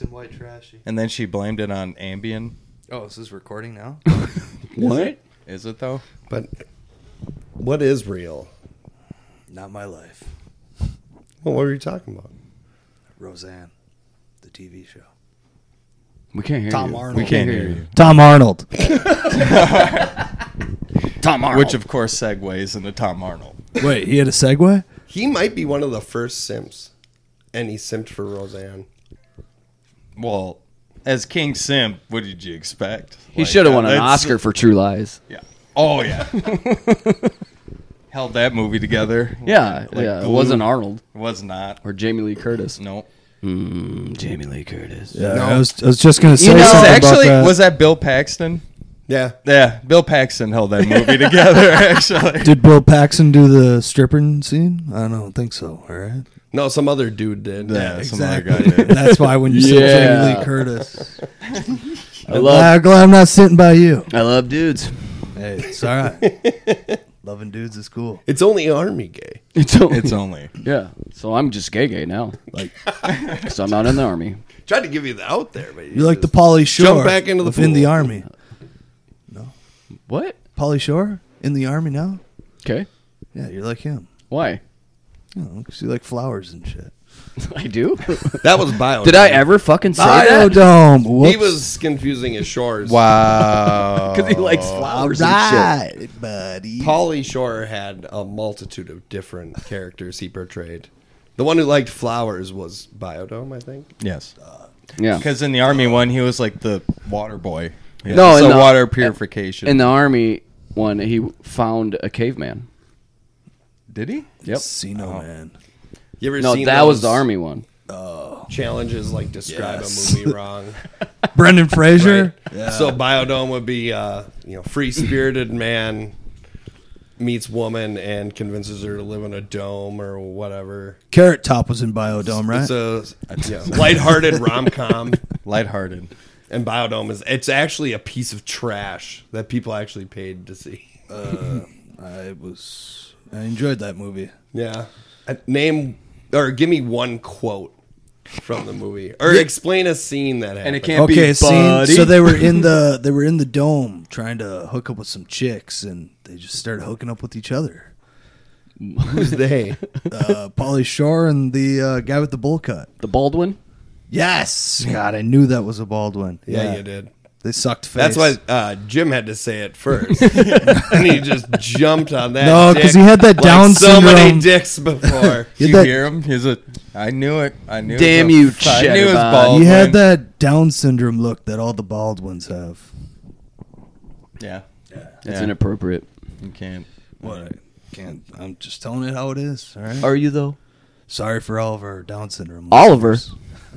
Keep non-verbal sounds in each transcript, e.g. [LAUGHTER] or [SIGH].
and white trashy. And then she blamed it on Ambien. Oh, this is recording now. What? Is it though? But what is real? [COUGHS] Not my life. Well, what were you talking about? Roseanne, the TV show. We can't hear Tom you. Arnold. We can't hear you. Tom [LAUGHS] Arnold. Tom Arnold. Which of course segues into Tom Arnold. Wait, he had a segue? He might be one of the first Sims, and he simped for Roseanne. Well, as King Simp, what did you expect? He Like, should have won an that's- Oscar for True Lies. Yeah. Oh yeah. [LAUGHS] Held that movie together. Yeah, Like yeah. It glue. wasn't Arnold Was not. or Jamie Lee Curtis. No. Mm, Jamie Lee Curtis. Yeah, Uh, I, was, I was just going to say You know, something actually, about that. was that Bill Paxton? Yeah, Yeah, Bill Paxton held that movie together. Actually, Did Bill Paxton do the stripping scene? I don't think so. All right. no, some other dude did. yeah, some other guy Exactly. did. That's why when you said Jamie Yeah. Lee Curtis, I I'm love. glad I'm not sitting by you. I love dudes. Hey, [LAUGHS] it's all right. Loving dudes is cool. It's only army gay. It's only, It's only [LAUGHS] yeah. So I'm just gay gay now. Like, so I'm not in the army. Tried to give you the out there, but You like the Polly Shore? Jump back into the of in the pool. army. What? Polly Shore in the army now? Okay. Yeah, you're like him. Why? [LAUGHS] You know, 'cause you like flowers and shit. I do. that was [LAUGHS] bio. Did I ever fucking say that? Biodome. Whoops. He was confusing his [LAUGHS] shores. wow. Because [LAUGHS] he likes All flowers and shit. right, buddy. Polly Shore had a multitude of different characters he portrayed. The one who liked flowers was Biodome, I think. Yes. Yeah. Because in the army one, he was like the water boy. Yeah. No, so in the- water purification. In the army one, he found a caveman. Did he? Yep. Casino man. You ever No, seen that was those [LAUGHS] the army one. challenges like describe Yes. a movie [LAUGHS] wrong? [LAUGHS] Brendan Fraser. Right? So Biodome would be uh, you know free spirited man meets woman and convinces her to live in a dome or whatever. Carrot Top was in Biodome, right? It's a you know, lighthearted rom com, Lighthearted. [LAUGHS] and Biodome is it's actually a piece of trash that people actually paid to see. I was. I enjoyed that movie. Yeah. Uh, Name or give me one quote from the movie, or explain a scene that happened. And it can't Okay, be scene. buddy. So they were in the they were in the dome trying to hook up with some chicks, and they just started hooking up with each other. Who's they? [LAUGHS] Uh, Polly Shore and the uh, guy with the bowl cut. [LAUGHS] the Baldwin. Yes, God, I knew that was a Baldwin. Yeah, you did. They sucked face. That's why uh, Jim had to say it first, [LAUGHS] and he just jumped on that. No, dick 'cause he had that like Down So many syndrome. dicks before. [LAUGHS] You Did you had that- hear him? He's a. I knew it. I knew. it was Damn a- you, I knew it was Chatterbot. Baldwin. You had that Down syndrome look that all the Baldwins have. Yeah. That's Yeah. inappropriate. You can't. What? I can't. I'm just telling it how it is. All right. Are you though? Sorry for all of our Down syndrome. Oliver.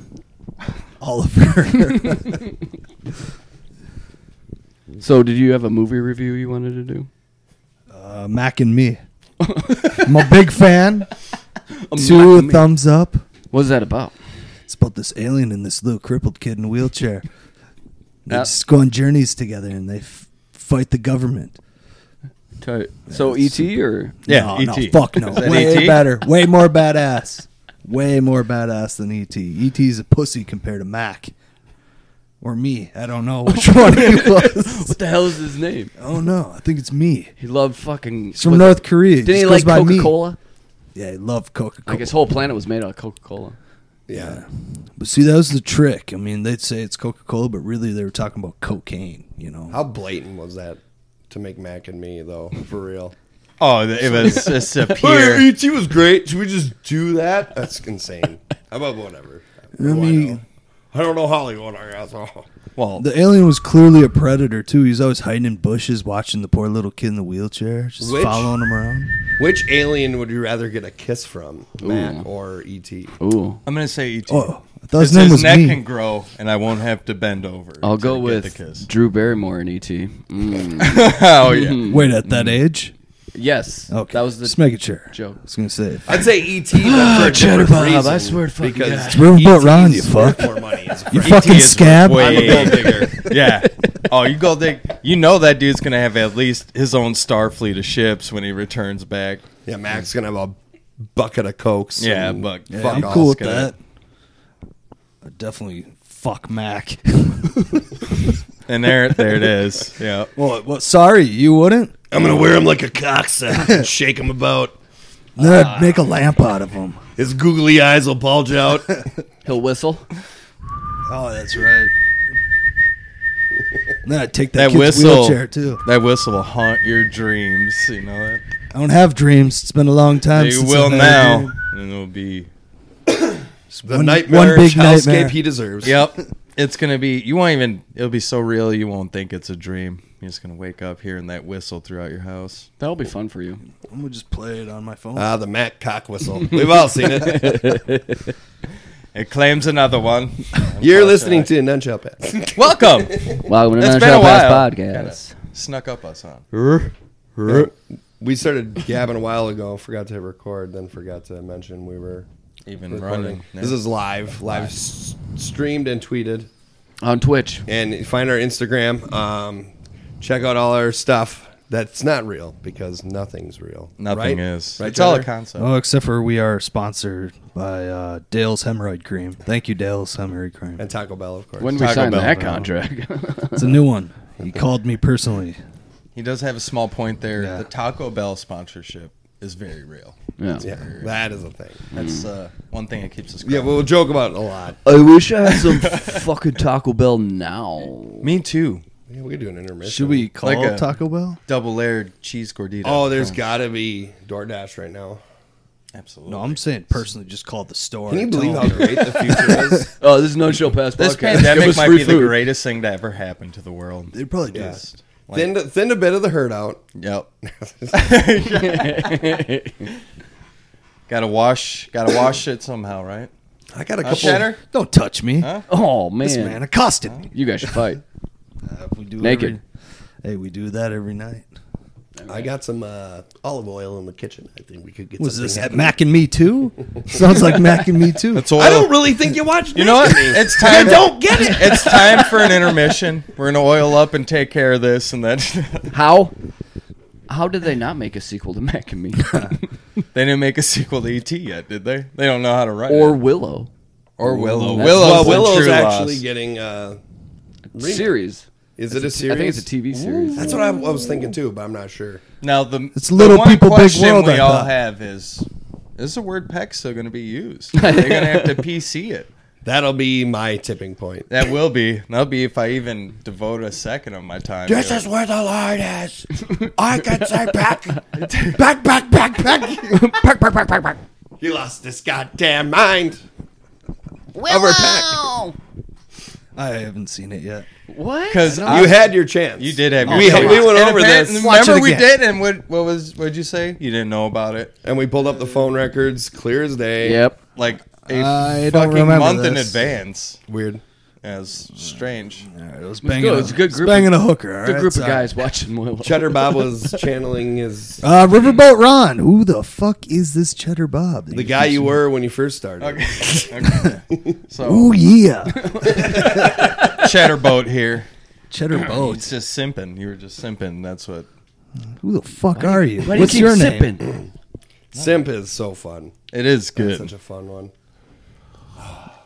[LAUGHS] [LAUGHS] Oliver. So did you have a movie review you wanted to do? uh, Mac and me. I'm [LAUGHS] a big fan. Mac Two and me. thumbs up. What is that about? It's about this alien and this little crippled kid in a wheelchair. They That- just go on journeys together and they f- fight the government. So ET or Yeah, no, no, E.T.. fuck no. Is that Way E.T.? better. Way more badass. Way more badass than E ET. ET's a pussy compared to Mac. Or me. I don't know which one he was. what the hell is his name? Oh no, I think it's me. He loved fucking. He's from North Korea. Didn't he just like goes by me. Coca Cola? Yeah, I love Coca Cola. Like his whole planet was made out of Coca Cola. Yeah, But see, that was the trick. I mean, they'd say it's Coca Cola, but really they were talking about cocaine. You know, how blatant was that to make Mac and me though? For real. Oh, th- it was just a Hey, pure. ET was great. Should we just do that? That's insane. How about whatever? I mean- I don't know Hollywood. I guess. [LAUGHS] Oh. Well, the alien was clearly a predator too. He's always hiding in bushes, watching the poor little kid in the wheelchair, just Which- following him around. Which alien would you rather get a kiss from, Mac Ooh. or E ET? Ooh, I'm gonna say ET. Oh, I thought His, his name was neck me. can grow, and I won't have to bend over. I'll to go get with the [LAUGHS] kiss. [LAUGHS] Drew Barrymore in ET. Mm. oh yeah. Wait, at that age? yes, Okay, that was the just making sure. joke. I was gonna say. I'd say ET. but for a Ah, Cheddar different Bob, reason, I swear to fucking because God. It's Ruben Boat Ron, ET 's you worth fuck. More money. [LAUGHS] It's You free. fucking scab. way- I'm a gold digger. [LAUGHS] yeah. Oh, you go dig. You know that dude's gonna have at least his own star fleet of ships when he returns back. Yeah, Mac's gonna have a bucket of cokes. Yeah, and buck. Yeah, fuck I'm off. cool with that. Scott. I definitely fuck [LAUGHS] Mac. And there, there it [LAUGHS] is. Yeah. well, well, sorry, you wouldn't. I'm gonna wear him like a [LAUGHS] cocksack and shake him about. Then I'd make a lamp out of him. His googly eyes will [LAUGHS] bulge out. He'll whistle. Oh, that's right. then I'd take that, That kid's whistle. wheelchair too. That whistle will haunt your dreams. You know that. I don't have dreams. It's been a long time. You since will I've had a now, dream. and it'll be. The One- nightmare one big hellscape nightmare. he deserves. Yep. It's gonna be. You won't even. It'll be so real. You won't think it's a dream. You're just gonna wake up hearing that whistle throughout your house. [LAUGHS] That'll be fun for you. I'm gonna just play it on my phone. Ah, the Mac [LAUGHS] cock whistle. We've all seen it. It claims another [LAUGHS] one. You're listening to Nunchuck Pass. Welcome. Welcome to It's another been a Shot while. Pass podcast. Snuck up us on. We started gabbing a while ago, forgot to hit record, then forgot to mention we were Even recording. running. This is live, live s- streamed and tweeted. On Twitch. And find our Instagram. Um, check out all our stuff that's not real because nothing's real. nothing Right? is. Right, it's all a Tyler? concept. oh, except for we are sponsored by uh, Dale's Hemorrhoid Cream. Thank you, Dale's Hemorrhoid Cream. [LAUGHS] And Taco Bell, of course. When did we Taco sign Bell, that bro. contract? [LAUGHS] It's a new one. He called me personally. He does have a small point there. Yeah. The Taco Bell sponsorship is very real. yeah. yeah, that is a thing. That's uh, one thing that keeps us. Yeah, going. we'll joke about it a lot. I wish I had [LAUGHS] some fucking Taco Bell now. me too. Yeah, we could do an intermission. Should we call Like a- Taco Bell? Double layered cheese gordita. Oh, there's got to be DoorDash right now. absolutely. No, I'm saying personally, just call the store. Can you and tell believe them. how great the future [LAUGHS] is? Oh, this is no show pass. this podcast. Give pandemic us might free be the food. greatest thing to ever happen to the world. They probably do. Just, like, thinned, thinned a bit of the herd out. Yep. gotta wash. Gotta wash it somehow, right? I got a Uh, couple. shatter. Don't touch me. Huh? [LAUGHS] Oh man. This man accosted me. you guys should fight. Uh, we do Naked. every- hey, we do that every night. I got some uh, olive oil in the kitchen. I think we could get. Was something this at happening. Mac and Me Too? [LAUGHS] Sounds like Mac and Me Too. It's oil. I don't really think [LAUGHS] you watched. you know what? It's time. don't get it. It's time for an intermission. We're gonna oil up and take care of this, and then [LAUGHS] they How? How did they not make a sequel to Mac and Me didn't make a sequel to ET yet, did they? They don't know how to write or it. Willow or Willow. That's- Willow's, well, a Willow's true actually loss. getting. Uh, Remake. series? is it a I series? think it's a TV series. That's what I, I was thinking too, but I'm not sure. now the It's Little the one People, Big question World, We I all thought. have is: Is the word E "peck" still going to be [LAUGHS] used? They're going to have to PC it. That'll be my tipping point. That will be. That'll be if I even devote a second of my time. to it. where the [LAUGHS] line is. I can say back, back, back, back, back. Park, park, park, park, park. you lost this goddamn mind. Overpack. I haven't seen it yet. What? because You had your chance. You did have. We- your Oh, we went And over apparent- this. Watch Remember it we again. did, and what what was what did you say? You didn't know about it And we pulled up the phone records, clear as day. Yep. like a I don't fucking remember month in this. advance. Weird. As strange. All right, it was banging. a- good. It was a good it's group of- Banging a hooker. all Good right, group of sorry. guys watching Willow. Cheddar Bob [LAUGHS] was channeling his Uh, Riverboat Ron. Who the fuck is this Cheddar Bob? the guy you were when you first started. Okay. [LAUGHS] okay. [LAUGHS] So Oh yeah, chatterboat here. Cheddar It's Boat. just simping. You were just simping. That's what. Who the fuck are you? Why do you What's keep your name? sipping? Simp is so fun. It is It's such good. a fun one.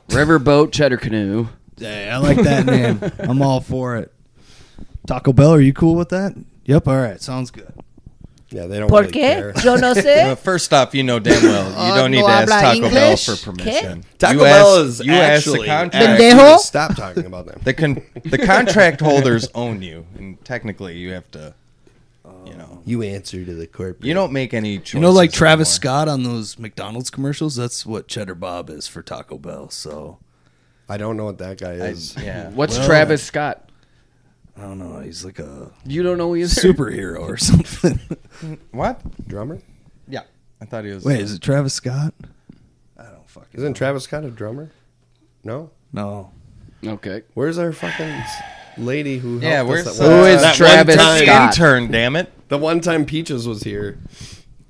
Riverboat Cheddar Canoe. Hey, I like [LAUGHS] that name. I'm all for it. Taco Bell, are you cool with that? Yep. All right. Sounds good. Yeah, they don't ¿Por really qué? care. [LAUGHS] Yo no Uh, [LAUGHS] sé. first off, you know damn well you [LAUGHS] Oh, don't need no to ask habla Taco Bell English? for permission. Taco You Bell asked- is you asked actually the contract. actually- Pendejo? Stop talking about them. The con- the contract holders own you, and technically you have to. You know, [LAUGHS] You answer to the corporate. you don't make any. Choices You know, like Travis anymore. Scott on those McDonald's commercials. That's what Cheddar Bob is for Taco Bell. So I don't know what that guy is. Yeah. What's Travis Scott? I don't know. He's like a You don't know who he is. superhero or [LAUGHS] something. What? Drummer? Yeah. I thought he was. Wait, is it Travis Scott? Isn't Travis Scott a drummer? No. No. Okay. Where's our fucking s- lady who? Yeah, helped where's us that uh, one- Who is that one Travis time- the Scott? intern? Damn it! The one time Peaches was here.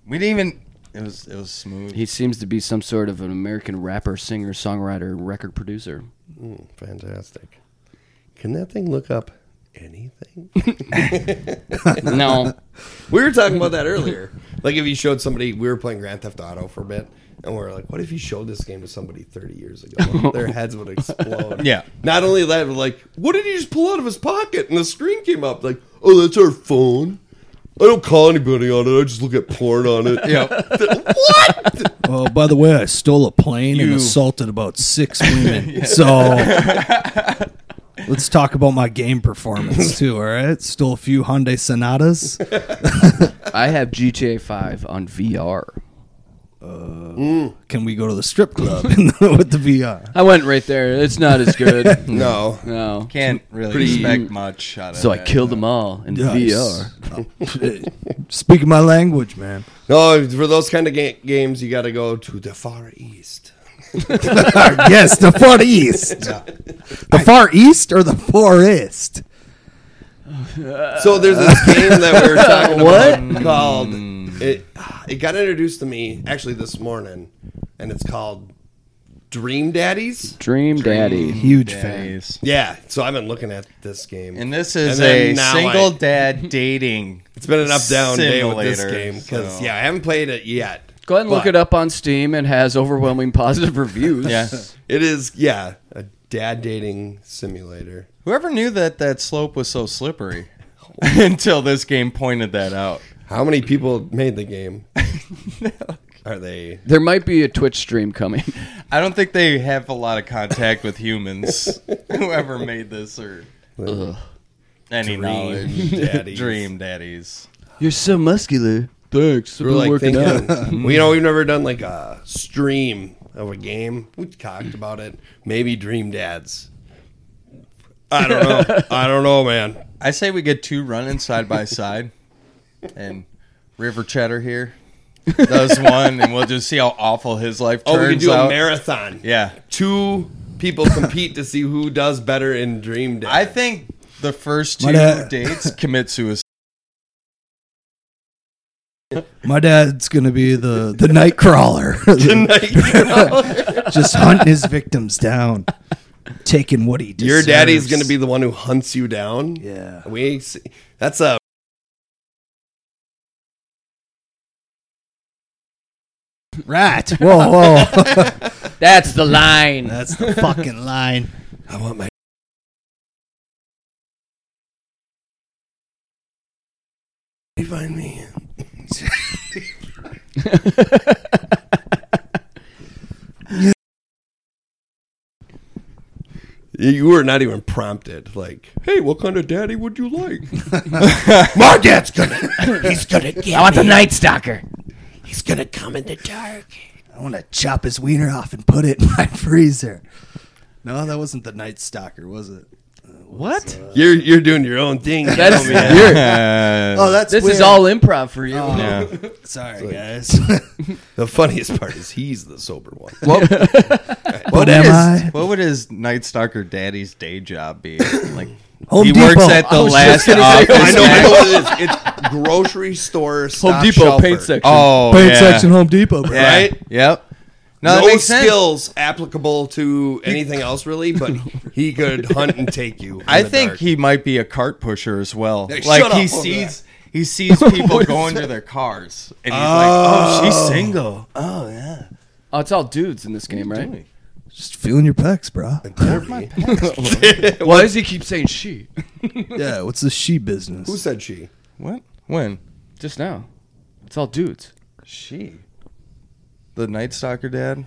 We didn't even. It was it was smooth. He seems to be some sort of an American rapper, singer, songwriter, record producer. Fantastic. Can that thing look up anything? No. [LAUGHS] We were talking about that earlier. Like if you showed somebody, we were playing Grand Theft Auto for a bit, and we were like, "What if you showed this game to somebody 30 [LAUGHS] years ago? Their heads would explode." Yeah. Not only that, but like, what did he just pull out of his pocket? And the screen came up like, "Oh, that's our phone." I don't call anybody on it. I just look at porn [LAUGHS] on it. Yep. Oh, by the way, I stole a plane and You- assaulted about [LAUGHS] six women. So let's talk about my game [LAUGHS] performance too. All right, stole a few Hyundai Sonatas. I have GTA 5 on VR. Can we go to the strip club [LAUGHS] in the, with the VR? I went right there. It's not as good. No. No. Can't really Pretty- expect much out of So I that. killed them all in VR. VR. Speaking Oh, my language, man. No, for those kind of ga- games, you got to go to the far east. yes, the far east. [LAUGHS] The far east or the forest? So there's Uh. this game that we [LAUGHS] were talking about called it. It got introduced to me actually this morning, and it's called Dream Daddies. Dream Daddy. Huge fan. Daddies. Yeah, so I've been looking at this game, And this is And then a now single I- [LAUGHS] dad dating. it's been an up down day with this simulator, game because so- yeah, I haven't played it yet. Go ahead and look But it up on Steam. It has overwhelming [LAUGHS] positive reviews. [LAUGHS] Yeah. It is yeah a dad dating simulator. Whoever knew that that slope was so [LAUGHS] slippery Oh. [LAUGHS] until this game pointed that out. How many people made [LAUGHS] the game? Are they? There might be a Twitch stream coming. I don't think they have a lot of contact with [LAUGHS] humans. Whoever made this or any knowledge, [LAUGHS] [LAUGHS] daddies. dream daddies. You're so muscular. Thanks. We're like thinking, we, you know, we've never done like a stream of a game. We talked about it. Maybe Dream Dads. I don't know. I don't know, man. I say we get two running side [LAUGHS] by side, and River Cheddar here does one, and we'll just see how awful his life Oh, turns we can do out. a marathon. yeah, Two people compete to see who does better in Dream Dads. I think the first two Might have- [LAUGHS] dates commit suicide. My dad's gonna be the the night [LAUGHS] crawler, just hunting his victims down, taking what he deserves. Your daddy's going to be the one who hunts you down. yeah. We see, that's a Right. Whoa, whoa. [LAUGHS] [LAUGHS] That's the line. That's the fucking line. I want my They find me. You were not even prompted. Like, hey, what kind of daddy would you like? my dad's gonna. He's gonna get. I want the Night Stalker. He's gonna come in the dark. I want to chop his wiener off and put it in my [LAUGHS] freezer. No, that wasn't the Night Stalker, was it? What? You're you're doing your own thing. you That's know, man. weird. Oh, that's This is weird. all improv for you. Yeah. Sorry, [LAUGHS] guys. the funniest part is he's the sober one. but What am is- I? What would his Night Stalker daddy's day [COUGHS] job be? Like Home he Depot. works at the I was last just gonna office. I know, I man. know what it is. It's grocery store, Home stop Depot shelfer, paint section. Oh, Paint yeah. section, Home Depot, bro. Yeah. right? Yep. No, No, that makes sense. skills applicable to anything else really, but he could hunt and take you. in I the think dark. he might be a cart pusher as well. Hey, like shut he up over [LAUGHS] sees he sees people going to their cars, and he's like, "Oh, she's single." Oh yeah. Oh, it's all dudes in this game, right? Just feeling your pecs, bro. [LAUGHS] [LAUGHS] Why does he keep saying she? Yeah, what's the she business? Who said she? What? When? Just now. It's all dudes. She. The Night Stalker dad.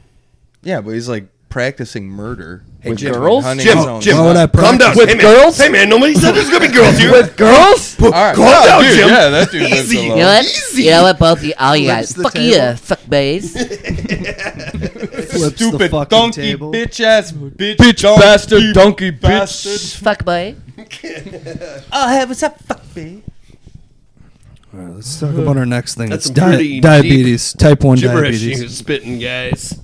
Yeah, but he's like practicing murder with Jim. girls. Hunting Jim, his own Jim, Why would I Calm down. practice? hey, man. girls? Hey man, nobody said there's gonna be girls here. Girls? All right. Calm down, dude, Jim. Yeah, that dude lives Easy. alone. You know what? You know what? Both of you, all you Flips guys, the fuck table. you, fuck bays. Flips the stupid fucking donkey table. bitch ass bitch, Bitch, donkey bastard, donkey, bitch. bastard. fuck boy. Oh, hey, what's up, fuck me? All right, let's talk about our next thing. That's it's some di- pretty diabetes, type 1 Gibberish diabetes. you was spitting, guys.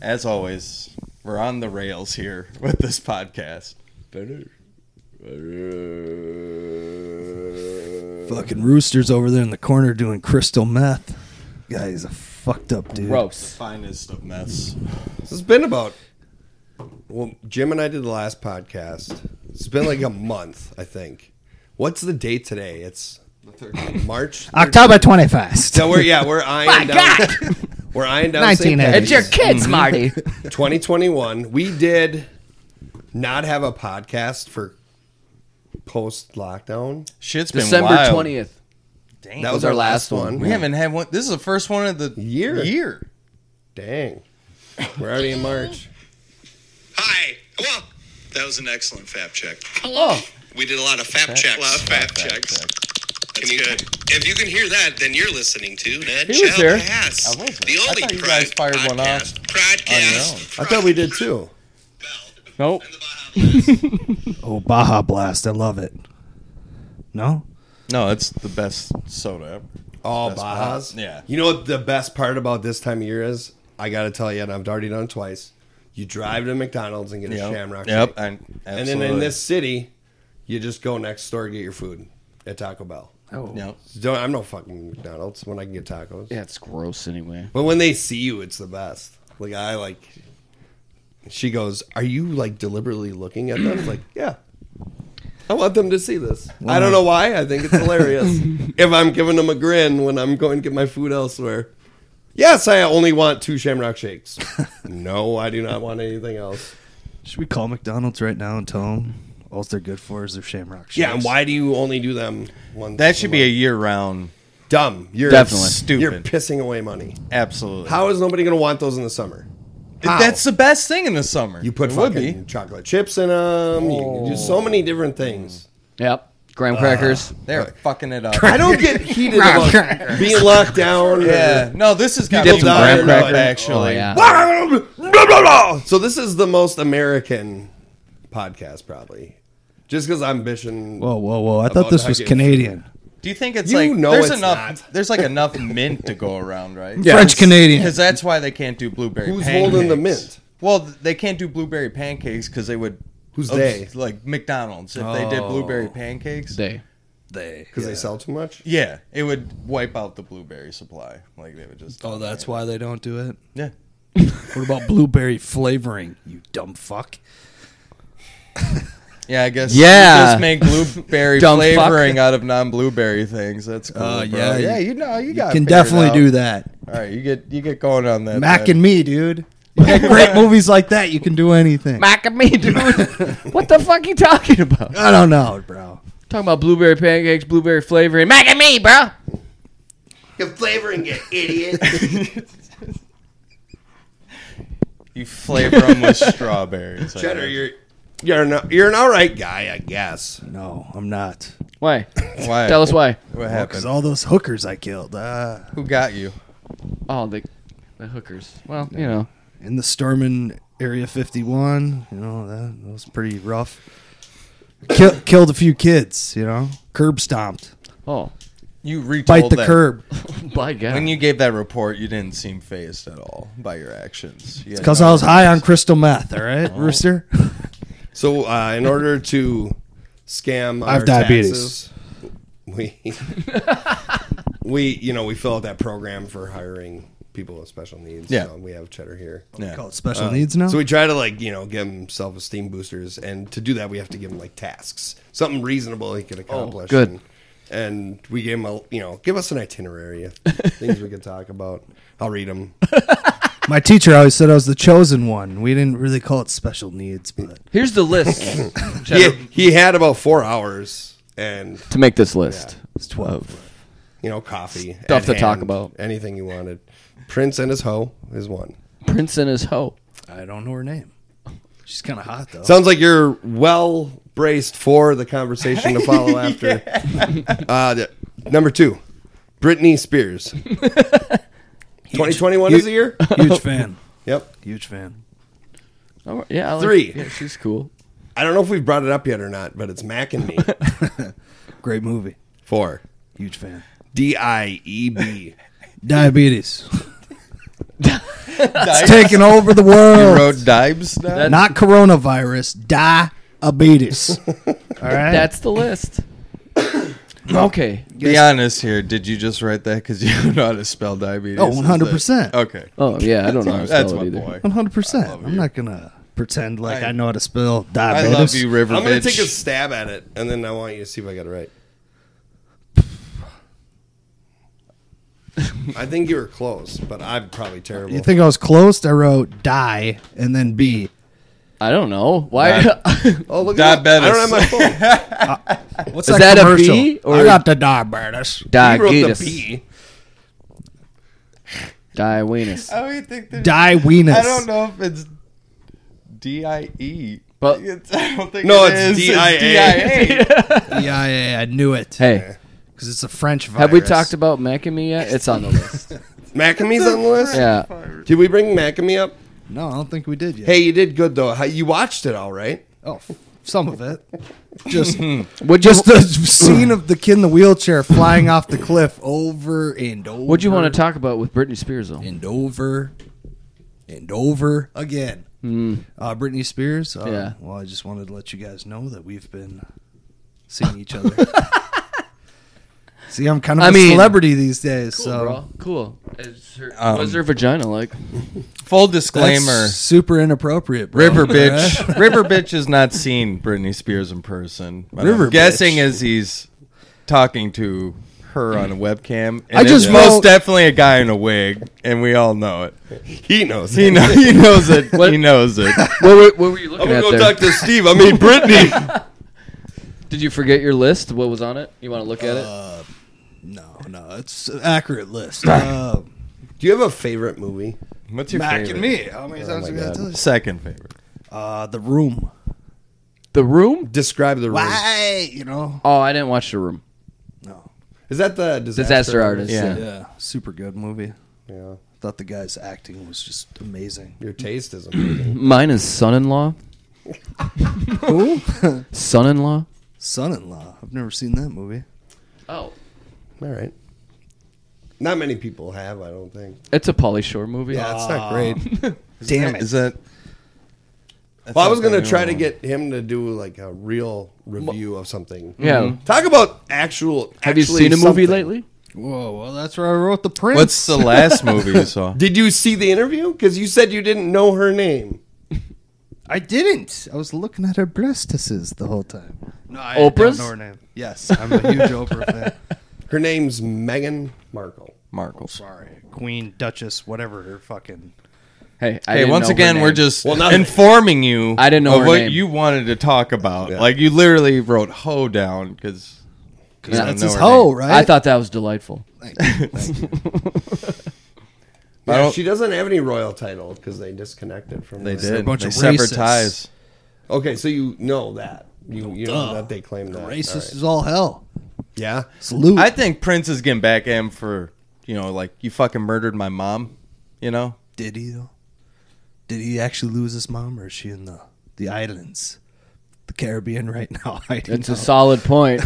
As always, we're on the rails here [LAUGHS] with this podcast. Fucking roosters over there in the corner doing crystal meth. Guy is a fucked up dude. Gross. Finest of mess. This has been about. Well, Jim and I did the last podcast. It's been like a month, I think. What's the date today? It's March. October 21st. So we're yeah we're eyeing down. [LAUGHS] We're eyeing down. St. 1980s. It's Patty's. your kids, Marty. 2021. We did not have a podcast for post lockdown. Shit's been December wild. twentieth. Dang. That was our last one. We haven't had one. This is the first one of the Year. Year. Dang, we're already in March. Hi. Well, that was an excellent fap check. Oh, We did a lot of fap checks. A lot of fap, checks. That's good. If you can hear that, then you're listening to Ned He was there. Pass. I was there. The I only thought you pride guys fired one off podcast. Podcast. I thought we did too. Nope. Oh, Baja Blast. I love it. No? No, it's the best soda ever. All Best Bajas. part. Yeah. You know what the best part about this time of year is? I got to tell you, and I've already done it twice. You drive to McDonald's and get a shamrock. Yep. shake. And, And then in this city, you just go next door and get your food at Taco Bell. Yep. Don't, I'm no fucking McDonald's when I can get tacos. Yeah, it's gross anyway. But when they see you, it's the best. Like I like. She goes, "Are you like deliberately looking at them?" like, yeah. I want them to see this. I don't know why. I think it's [LAUGHS] hilarious. if I'm giving them a grin when I'm going to get my food elsewhere. Yes, I only want two Shamrock [LAUGHS] Shakes. no, I do not want anything else. Should we call McDonald's right now and tell them all they're good for is their shamrock shakes? Yeah, and why do you only do them one? That should be a year round. dumb. You're Definitely. Stupid. You're pissing away money. Absolutely. How is nobody going to want those in the summer? How? That's the best thing in the summer. You put it would fucking be. chocolate chips in them. You can do so many [LAUGHS] different things. Yep. Graham crackers. They're fucking it up. I don't get heated about being locked down. or- [LAUGHS] Yeah. No, this has got dip me some graham fired up, cracker? Actually, Oh, yeah. Blah, blah, blah, blah. So this is the most American podcast, probably, just because I'm bitching. Whoa, whoa, whoa. I About thought this was nuggets. Canadian. Do you think it's You like know there's it's enough? not. There's like enough mint to go around, right? French Canadian. Because that's why they can't do blueberry. Who's pancakes. holding the mint? Well, th- they can't do blueberry pancakes because they would. Who's obs- they? Like McDonald's, if they did Oh. blueberry pancakes, Day. They. because they sell too much. yeah, it would wipe out the blueberry supply. Like they would just. Oh, that's why they don't do it? Yeah. What about blueberry flavoring, you dumb fuck? Yeah, I guess. Yeah. you just make blueberry [LAUGHS] Dumb fuck. flavoring out of non-blueberry things. That's cool. Uh, bro. yeah, yeah. you- You know, you, got. Can definitely do that. All right, you get you get going on that. Mac then. and me, dude. You got [LAUGHS] great movies like that, you can do anything. Mac and me, dude. what the fuck you talking about? I don't know, bro. Talking about blueberry pancakes, blueberry flavoring. Mac and me, bro. You're flavoring it, [LAUGHS] idiot. you flavor them with strawberries. I Cheddar, guess. you're you're an, you're an all right guy, I guess. No, I'm not. Why? Why? Tell us why. what Because happened. all those hookers I killed uh, Who got you? Oh, the the hookers. Well, you know. in the Stormin Area 51, you know, that, that was pretty rough. Kill, killed a few kids, you know, curb stomped, Oh, You retold bite the that. curb. by God. When you gave that report, you didn't seem phased at all by your actions. You had Because no- I was high on crystal meth, all right, Rooster? So, uh, in order to scam, I have our diabetes. Taxes, we [LAUGHS] we you know we fill out that program for hiring people with special needs. Yeah. so we have Cheddar here. Yeah. Uh, Call it special needs now? So we try to like you know give him self esteem boosters, and to do that we have to give him like tasks, something reasonable he could accomplish. good. And, and we gave him a you know give us an itinerary, of things we could talk about. I'll read them. My teacher always said I was the chosen one. We didn't really call it special needs, but Here's the list. He, Cheddar, he had about four hours, and To make this list. it's 12. you know, coffee, Stuff at to talk about. anything you wanted. Prince and his hoe is one. Prince and his hoe. I don't know her name. She's kind of hot, though. Sounds like you're well braced for the conversation to [LAUGHS] follow after. uh, the- number two, [LAUGHS] Britney Spears. 2021 is the year. [LAUGHS] Huge fan. Yep. Huge fan. Oh, yeah. I like- Three. Yeah, she's cool. I don't know if we've brought it up yet or not, but it's Mac and [LAUGHS] me. Great movie. Four, Huge fan. D I E B. Diabetes. Dibes? Taking over the Oh. world. Road Dibes now? That's, Not coronavirus, diabetes. All right. that's the list. okay. Be honest here. Did you just write that because you [LAUGHS] don't know how to spell diabetes? Oh, Is that- 100%. Okay. Oh yeah, I don't know. How to That's spell my [LAUGHS] it boy. either. 100%. I'm not going to pretend like I, know how to spell I diabetes. love you, River I'm gonna Bitch. take a stab at it, and then I want you to see if I got it right. I think you were close, but I'm probably terrible. You think I was close? I wrote die and then B. I don't know why. [LAUGHS] oh, look Diabetes. At that. I don't have my phone. What's Is that a B or- I got the diabetes. Die You wrote Gatus. the B. Die Weenus. I don't think there's- Die weenus. I don't know if it's D I E, But- [LAUGHS] It's- I don't think No, it it's is. E. DIA. DIA. [LAUGHS] Yeah, yeah, yeah, I knew it. Hey, because it's a French virus. have we talked about Mac and me yet? It's on the list. Macamee's on the list. Yeah. Did we bring Macamee up? No, I don't think we did yet. Hey, you did good though. How- You watched it all right. oh, f- some of [LAUGHS] it. Just, Would you just the [LAUGHS] scene of the kid in the wheelchair flying off the cliff over and over. What'd you want to talk about with Britney Spears though? And over, and over again. Uh, Britney Spears. Uh, Hmm. Yeah. Well, I just wanted to let you guys know that we've been seeing each [LAUGHS] other. See, I'm kind of a I mean- celebrity these days, Cool, so bro. Cool. Is her, Um, what's her vagina like? Full that's disclaimer. super inappropriate. Bro. [LAUGHS] River bitch. [LAUGHS] River bitch has not seen Britney Spears in person. But River I'm guessing bitch. as he's talking to her on a webcam. And I just it's most wrote- definitely a guy in a wig, and we all know [LAUGHS] it. He knows. He, know, he knows it. What- He knows it. What were, what were you I'm looking gonna at go there? talk to Steve. I mean Brittany. Did you forget your list? What was on it? You want to look at Uh, it? No, no, it's an accurate list. Uh, Do you have a favorite movie? What's your Mac favorite? and me. How many times have I got to tell you? Second favorite. Uh, the room. The Room? Describe the room. Why? You know? Oh, I didn't watch The Room. No. Is that the disaster, Disaster Artist. Yeah. Yeah. Yeah, super good movie. Yeah. Thought the guy's acting was just amazing. Your taste is amazing. Mine is Son-in-Law. Who? Son-in-Law. Son-in-law. I've never seen that movie. Oh, all right. Not many people have, I don't think. it's a Polly Shore movie. Yeah, it's [LAUGHS] not great. Damn Is uh, that? Well, I was gonna try to get him to do like a real review of something. Yeah. Mm-hmm. Mm-hmm. Talk about actual. Have you actually seen a movie something. lately? Whoa, well, that's where I wrote the prince. What's the last movie [LAUGHS] you saw? Did you see the interview? Because you said you didn't know her name. I didn't. I was looking at her breastises the whole time. No, I Oprah's? name. Yes, [LAUGHS] I'm a huge Oprah fan. Her name's Meghan Markle. Markles. Sorry, Queen, Duchess, whatever her fucking. Hey, I Hey, didn't once know her again, we're name. just Well, not- informing you. [LAUGHS] I didn't know of her what name. you wanted to talk about. Yeah. Like you literally wrote "ho" down because That's his hoe, right? I thought that was delightful. I Yeah, don't- she doesn't have any royal title because they disconnected from. They the- did. bunch they of severed racists. ties. Okay, so you know that you, you know that they claim that. racist All right. is all hell. Yeah. Salute. I think Prince is getting back at him for you know, like you fucking murdered my mom. You know, Did he though? Did he actually lose his mom, or is she in the the islands, the Caribbean right now? [LAUGHS] I don't It's know. a solid point.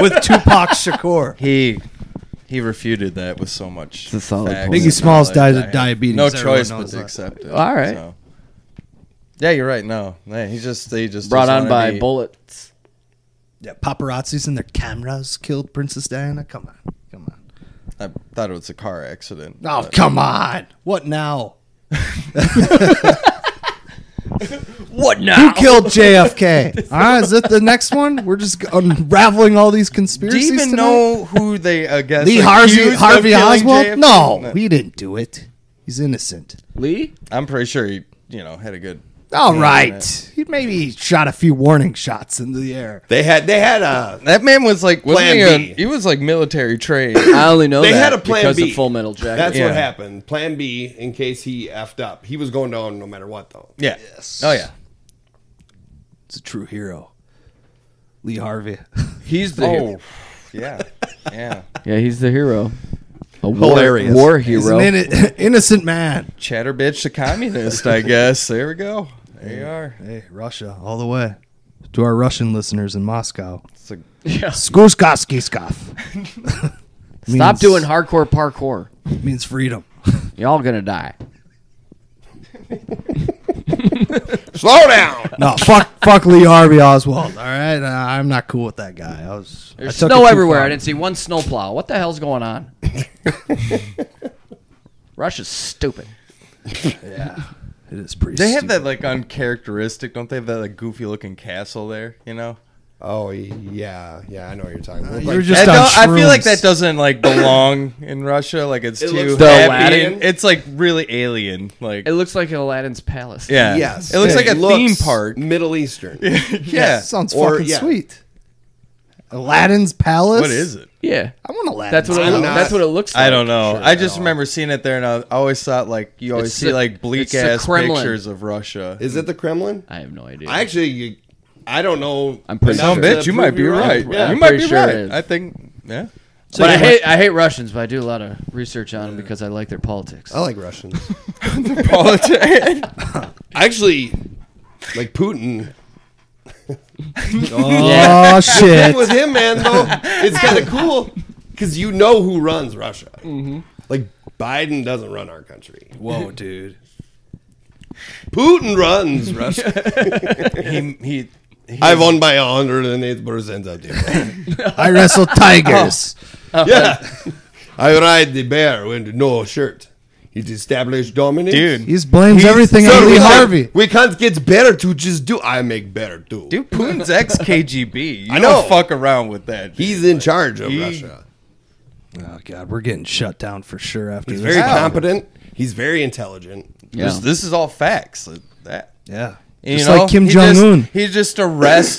with Tupac [LAUGHS] Shakur. he he refuted that with so much. a solid facts point. and Biggie Smalls knowledge. died of I- diabetes. No Everyone choice but knows to that. accept it. All right. so. Yeah, you're right. No, yeah, he's just they just Brought doesn't on wanna by be- bullets. Yeah, paparazzis and their cameras killed Princess Diana. Come on, come on. I thought it was a car accident. Oh, but- come on. What [LAUGHS] now? What Who now? killed JFK? all right, is it the next one? We're just unraveling all these Do conspiracies. you even tonight? know who they uh, guess? Lee Harvey, accused of Harvey killing Oswald? JFK? No, he didn't do it. He's innocent. Lee? I'm pretty sure he, you know, had a good. All Yeah, right. He maybe shot a few warning shots into the air. They had they had a That man was like, wasn't Plan he? a- B. he was like [COUGHS] military trained. I only know They that had a plan because B. of Full Metal Jacket. That's Yeah. what happened. Plan B in case he effed up. He was going down no matter what though. yeah. Oh yeah. It's a true hero. Lee Harvey. he's the Oh. hero. Yeah. Yeah. Yeah, he's the hero. A war, Hilarious. war He's an hero. inno- [LAUGHS] innocent man. Chatter bitch the communist, I guess. There we go. There you are. Hey, Russia, all the way. To our Russian listeners in Moscow. It's a, Skuskaskiskov. Stop doing hardcore parkour. means freedom. Y'all gonna die. Slow down. [LAUGHS] No, fuck, fuck Lee Harvey Oswald. All right, Uh, I'm not cool with that guy. I was I There's took it snow too everywhere. far. I didn't see one snowplow. What the hell's [LAUGHS] going on? Russia's stupid. Yeah, It is pretty. They have stupid. that like uncharacteristic, don't they? Have that like goofy looking castle there, you know. Oh yeah, yeah, I know what you're talking about. you Like, were just I, on don't- I feel like shrooms. that doesn't like belong in Russia. Like it's It too looks The happy. Aladdin? and- It's like really alien. Like It looks like Aladdin's palace. yeah, yes, It looks like a theme [LAUGHS] looks park. Middle Eastern. [LAUGHS] yeah. sounds Or- fucking yeah. sweet. Aladdin's palace. What is it? yeah. I want Aladdin's. That's what it, I'm loo- not that's what it looks like. I don't know. sure I at just all. remember seeing it there, and I I always thought like you always It's see the- like it's bleak the ass Kremlin. pictures of Russia. Is it the Kremlin? I have no idea. I actually, you, I don't know. I'm pretty enough sure. to Bitch, you might prove be you're right. Yeah, you I'm might pretty be sure it right. is. I think. Yeah. but I hate I hate Russians, but I do a lot of research on them because I like their politics. I like Russians. Politics. actually, like Putin. [LAUGHS] Oh shit! With him, man, though, it's kind of cool because you know who runs Russia. Mm-hmm. Like Biden doesn't run our country. Whoa, dude. Putin runs Russia. [LAUGHS] he he. he I won by 108 percent [LAUGHS] of the I wrestle Oh. tigers. vote. Yeah, I ride the bear with no shirt. He's established dominance, dude. He blames everything So on we Lee can't- Harvey. we can't get better to just do. I make better too. Dude, Putin's ex KGB. You I know. don't fuck around with that. dude. He's in charge of He- Russia. Oh god, we're getting shut down for sure after He's this. very competent. He's very intelligent. Yeah. This, this is all facts. That yeah, you just know, like Kim he Jong just- Un. He just arrests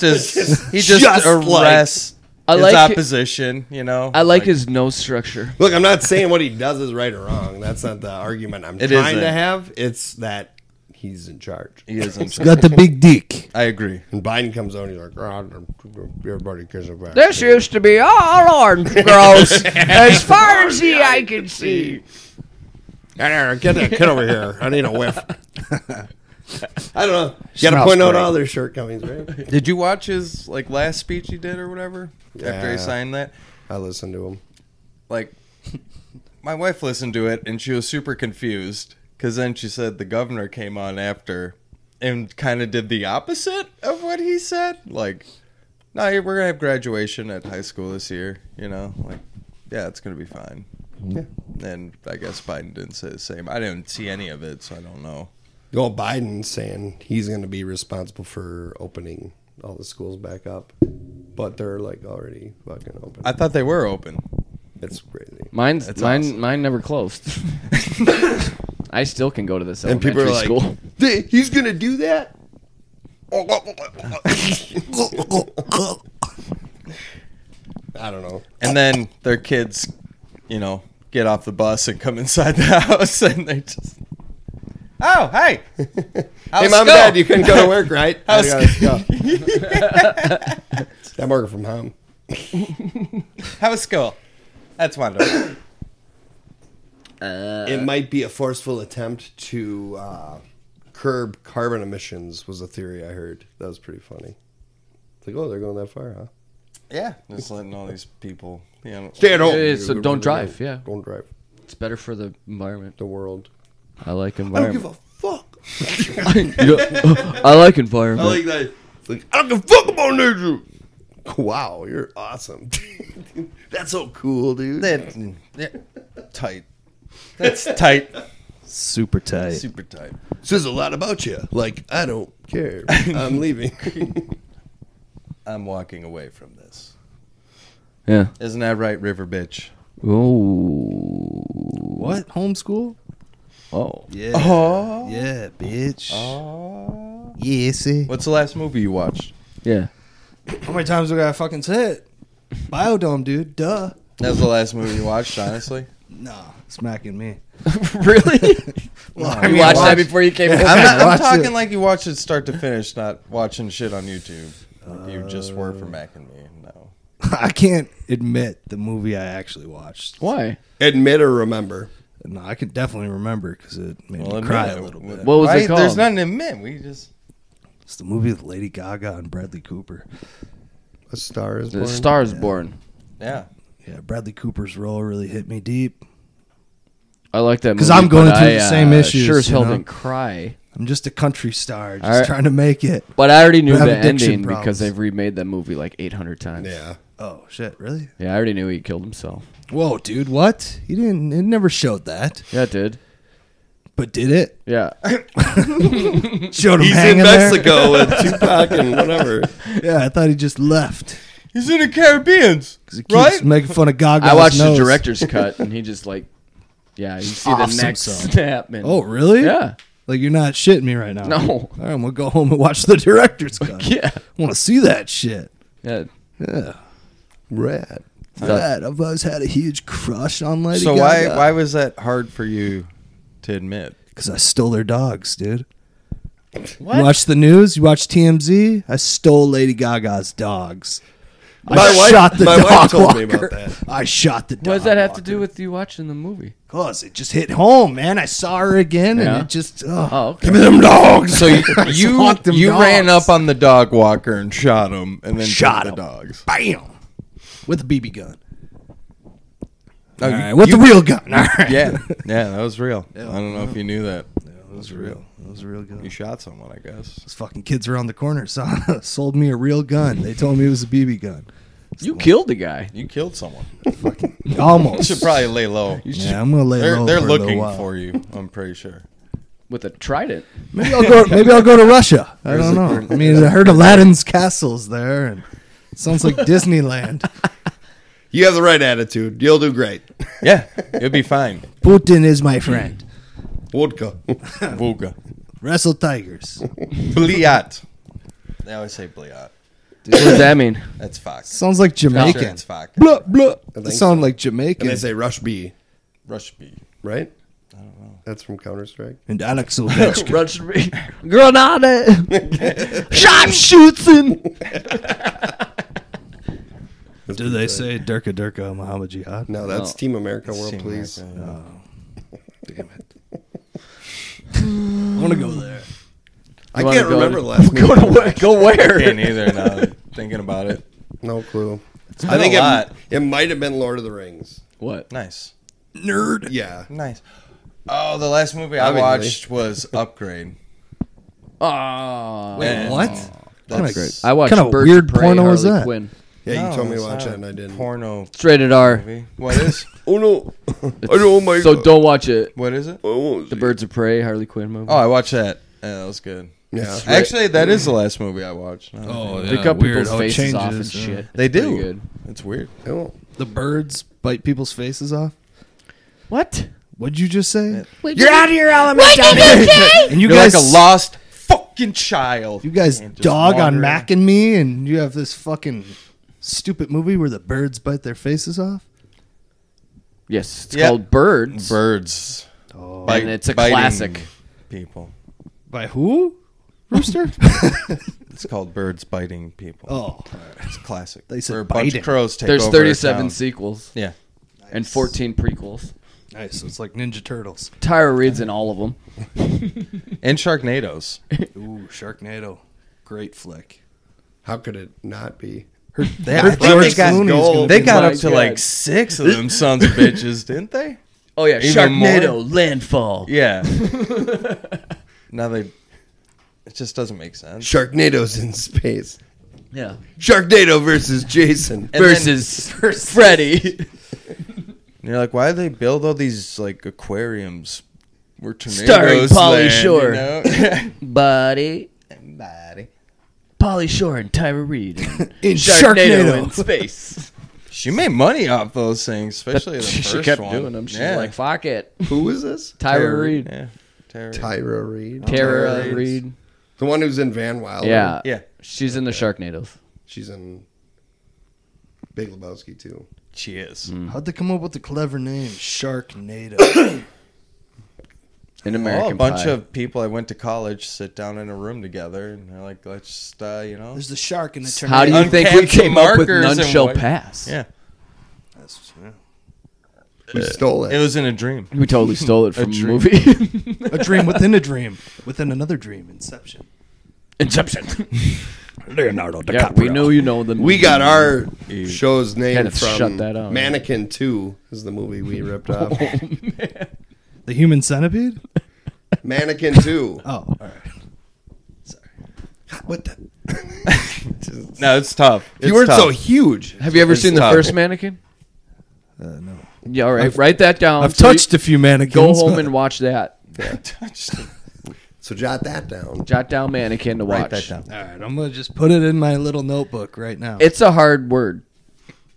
[LAUGHS] his. He just, Just like- arrests I his like- opposition. You know, I like his nose structure. Look, I'm not saying what he does is right or wrong. That's not the argument I'm It trying to isn't. have. It's that he's in charge. He is [LAUGHS] in charge. Got the [LAUGHS] big dick. I agree. And Biden comes on, he's like, oh, everybody cares about This used to be all orange gross, as far as the eye can see. Get, that kid over here. I need a whiff. [LAUGHS] I don't know. You got to Smells point out great. all their shortcomings, right? Did you watch his like last speech he did or whatever after Yeah. he signed that? I listen to him. Like, [LAUGHS] my wife listened to it and she was super confused because then she said the governor came on after and kind of did the opposite of what he said. Like, no, we're gonna have graduation at high school this year. You know, like, yeah, it's gonna be fine. Yeah. And I guess Biden didn't say the same. I didn't see any of it, so I don't know. Well, Biden's saying he's going to be responsible for opening all the schools back up, but they're like already fucking open. I thought they were open. it's crazy. Mine's That's mine. awesome. Mine never closed. I still can go to this And elementary people are like, school. "Th- he's going to do that? I don't know. And then their kids, you know, get off the bus and come inside the [LAUGHS] house, and they just, oh, hey, hey, How's mom and school? dad, you couldn't go to work, right? I How's gotta go. [LAUGHS] I'm working from home. how was school? That's wonderful. it might be a forceful attempt to uh, curb carbon emissions was a theory I heard. That was pretty funny. It's like, oh, they're going that far, huh? [COUGHS] yeah, just letting all these people, you know, Stay at home. Yeah, yeah, so don't drive, yeah. Don't drive. It's better for the environment. The world. I like I don't give environment. a Oh, [LAUGHS] fuck. [LAUGHS] I, like I environment. like that. It's like, I don't give a fuck about nature. Wow, you're awesome. [LAUGHS] That's so cool, dude. that, yeah, tight. That's tight, Super tight. super tight. says a lot about you. Like, I don't [LAUGHS] care. I'm leaving. [LAUGHS] I'm walking away from this. yeah. Isn't that right, River Bitch? Oh. What homeschool? Oh. Yeah, Oh, yeah, bitch. Oh. Yeah, see. what's the last movie you watched? Yeah. How many times do I gotta fucking say it? Biodome, dude. Duh. That was the last movie you watched, honestly. [LAUGHS] Nah, smacking me. [LAUGHS] [LAUGHS] really? Nah, you I watched that before you came [LAUGHS] over? I'm, not, I'm Watch talking it. like you watched it start to finish, not watching shit on YouTube. you just were Uh. for Mac and me. No. I can't admit the movie I actually watched. Why? Admit or remember. No, I can definitely remember because it made Well, me cry admit a it. little bit. What was Why- it called? There's nothing to admit. We just It's the movie with Lady Gaga and Bradley Cooper. A star is The born. Stars Born. yeah. Yeah, Bradley Cooper's role really hit me deep. I like that 'Cause movie, I'm going but through I, the same uh, issues, Sure as you hell know? didn't cry. I'm just a country star, just Alright. trying to make it. But I already knew have the addiction ending problems. because they've remade that movie like 800 times. Yeah. Oh shit, really? Yeah, I already knew he killed himself. Whoa, dude, what? He didn't. It never showed that. Yeah, it did. But did it? Yeah. Showed him He's hanging in Mexico with [LAUGHS] Tupac and whatever. there. Yeah, I thought he just left He's in the Caribbean's, because he keeps right? making fun of Gaga's I watched nose. [LAUGHS] the director's cut, and he just like, yeah, you see the Offs neck himself. snap. And, Oh, really? Yeah. [LAUGHS] Like you're not shitting me right now. No. All right, I'm gonna go home and watch the director's cut. [LAUGHS] Yeah. I want to see that shit. Yeah. Yeah. Rad. That I've always had a huge crush on Lady So why why was that hard for you to admit? Because I stole their dogs, dude. You watch the news. You watch TMZ. I stole Lady Gaga's dogs. My I wife- shot the my wife dog told walker. me about that. I shot the dog. What does that have to do with you watching the movie? Cause it just hit home, man. I saw her again, Yeah. and it just ugh. Oh, okay. them dogs. [LAUGHS] So you you, Swamped them you dogs. ran up on the dog walker and shot him, and then Shot shot the him. dogs. [LAUGHS] bam with a BB gun. No, All Oh, you- right, with the real gun. [LAUGHS] All right. [LAUGHS] Yeah, yeah, that was real. I don't know if you knew that. That was real. That was a real gun. You shot someone, I guess. Those fucking kids around the corner saw [LAUGHS] sold me a real gun. They told me it was a BB gun. You killed the guy. You killed someone. You Almost. [LAUGHS] should probably lay low. yeah, I'm gonna lay They're, low. they're for a little looking while. for you. I'm pretty sure. with [LAUGHS] a trident. Maybe I'll go. Maybe I'll go to Russia. I don't know. I mean, I heard Aladdin's castles there, and it sounds like Disneyland. You have the right attitude. You'll do great. Yeah, you'll be fine. Putin is my friend. [LAUGHS] Vodka. Vuga. Wrestle tigers. Bliat. They always say bliat. What does that [LAUGHS] mean? That's fox. Sounds like I'm Jamaican. sure it's fox. Blah blah. think Sound like And Jamaican. they say Rush B, Rush bee. right? I don't know. That's from Counter Strike. and Alex Ovechkin. [LAUGHS] Rush me. Granada. Shot shoots him. Do they say Durka Durka Muhammad Jihad? No, that's No. Team America World Team Police. America. I want to go there. I wanna can't go remember to- the last Go movie. to where? Go where? Can't either now. that I'm Thinking about it. [LAUGHS] No clue. been I think a it, lot. it might have been Lord of the Rings. What? Nice. Nerd. Yeah. Nice. Oh, the last movie I Obviously. watched was Upgrade. Oh, And What? That's great. I watched Kinda Birds of weird Prey, porno Harley was that? Quinn. Yeah, you No, told me to it's watch not it a and I didn't. Porno. Rated R. movie. What is? Oh no. [LAUGHS] oh my So don't watch it. What is it? Oh, The Birds of Prey, Harley Quinn movie. Oh, I watched that. Yeah, that was good. yeah. Actually, that is the last movie I watched. Oh, They cut people's faces off and shit. they It's pretty do. good. It's weird. Oh. The birds bite people's faces off. What? What'd you just say? You're out of your element, Johnny. And you You're guys, like a lost fucking child. you guys And just dog on wandering. Mac and me, and you have this fucking stupid movie where the birds bite their faces off. Yes, it's Yeah. called Birds. Birds. Bite- And it's a biting classic. People. By who? [LAUGHS] Rooster. It's called Birds Biting People. oh, It's classic. They said Where a bunch biting. of crows take There's over a 37 town. sequels Yeah. and 14 prequels. nice. So it's like Ninja Turtles. Tyra Reed's in all of them. And Sharknadoes. [LAUGHS] Ooh, Sharknado. Great flick. How could it not be? [LAUGHS] They, I think they George got, Clooney's gonna they be got my up to God. like six of them sons of [LAUGHS] bitches, didn't they? Oh yeah, Even more? Sharknado, Landfall. Yeah. [LAUGHS] now they. It just doesn't make sense. Sharknado's in space. Yeah. Sharknado versus Jason. And then- Versus Freddy. [LAUGHS] And you're like, why do they build all these like aquariums? Where tornadoes Starring Pauly land, Shore. You know? [LAUGHS] buddy. Polly Shore and [LAUGHS] Tyra Reed. and In Sharknado in Sharknado. space. she made money off those things, especially the [LAUGHS] she first kept one. doing them. She's Yeah. like, fuck it. Who is this? Tyra, Reed. Yeah. Terror. Tyra Reed. Tara Reid. Reed. The one who's in Van Wilder. Yeah. Yeah. She's in the Sharknados. She's in Big Lebowski too. She is. How'd they come up with the clever name Sharknado? In American Well, Oh, a bunch Pie. of people I went to college sit down in a room together, and they're like, "Let's just, uh, you know." There's the shark in the tornado. How do you think we Uncatchable came up with markers None and Shall white- Pass? Yeah, That's- yeah. We stole it. it was in a dream. We totally stole it from [LAUGHS] a dream. movie. A dream within a dream, within another dream. Inception. [LAUGHS] Inception. Leonardo yeah, we know you know the we got our show's name Kind of from shut that out. Mannequin Two is the [LAUGHS] movie we ripped Oh, off. The human centipede? Mannequin Two. [LAUGHS] Oh, all right. Sorry. What the? No, it's tough. It's you weren't tough. so huge. Have you ever It's seen the tough. first mannequin? Uh, no. Yeah, all right. write that down. I've So you touched a few mannequins. Go home but and watch that. [LAUGHS] Touched him. So jot that down. Jot down mannequin to watch. Write that down. All right, I'm gonna just put it in my little notebook right now. It's a hard word. [LAUGHS]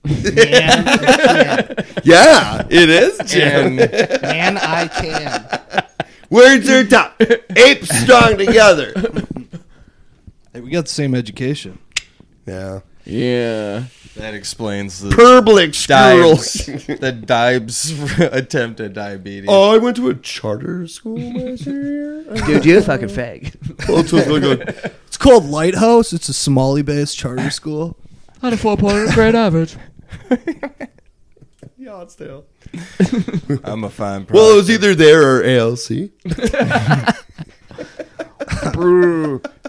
[LAUGHS] Yeah, it is. And Man, I can. Words are tough. Apes [LAUGHS] strong together. Hey, we got the same education. Yeah. Yeah. that explains the Public Dibes. squirrels. [LAUGHS] the Dibes [LAUGHS] attempt at diabetes. [LAUGHS] Oh, I went to a charter school my [LAUGHS] senior year. Dude, you a fucking fag. Oh, it was really good. [LAUGHS] It's called Lighthouse. It's a Somali-based [LAUGHS] charter school. Had a four point grade average. Yeah, it's still. I'm a fine product. Well, it was either there or ALC.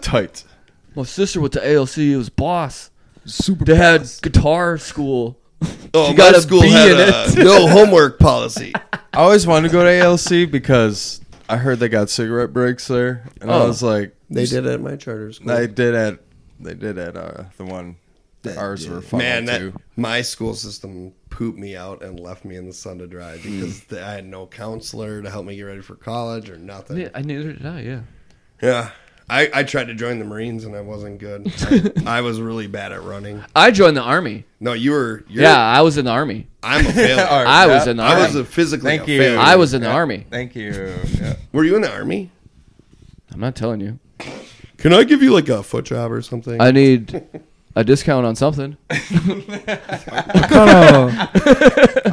tight. [LAUGHS] My sister went to ALC. It was boss. Super. They had guitar school. Oh, got my a school B had in a [LAUGHS] no homework policy. I always wanted to go to ALC because I heard they got cigarette breaks there, and I Oh. was like, They did it at my charter school. they did at they did at uh, the one. Ours were fun Man, that, too. my school system pooped me out and left me in the sun to dry because th- I had no counselor to help me get ready for college or nothing. Yeah, I neither did I. Yeah. I, I tried to join the Marines and I wasn't good. I, I was really bad at running. I joined the army. No, you were. You're, yeah, I was in the army. I'm a failure. All right. I Yeah. was in the I army. was a physically. Thank a you. failure. I was in the Yeah. army. Thank [LAUGHS] you. Yeah. Were you in the army? I'm not telling you. Can I give you like a foot job or something? I need a discount on [LAUGHS] something. [LAUGHS] I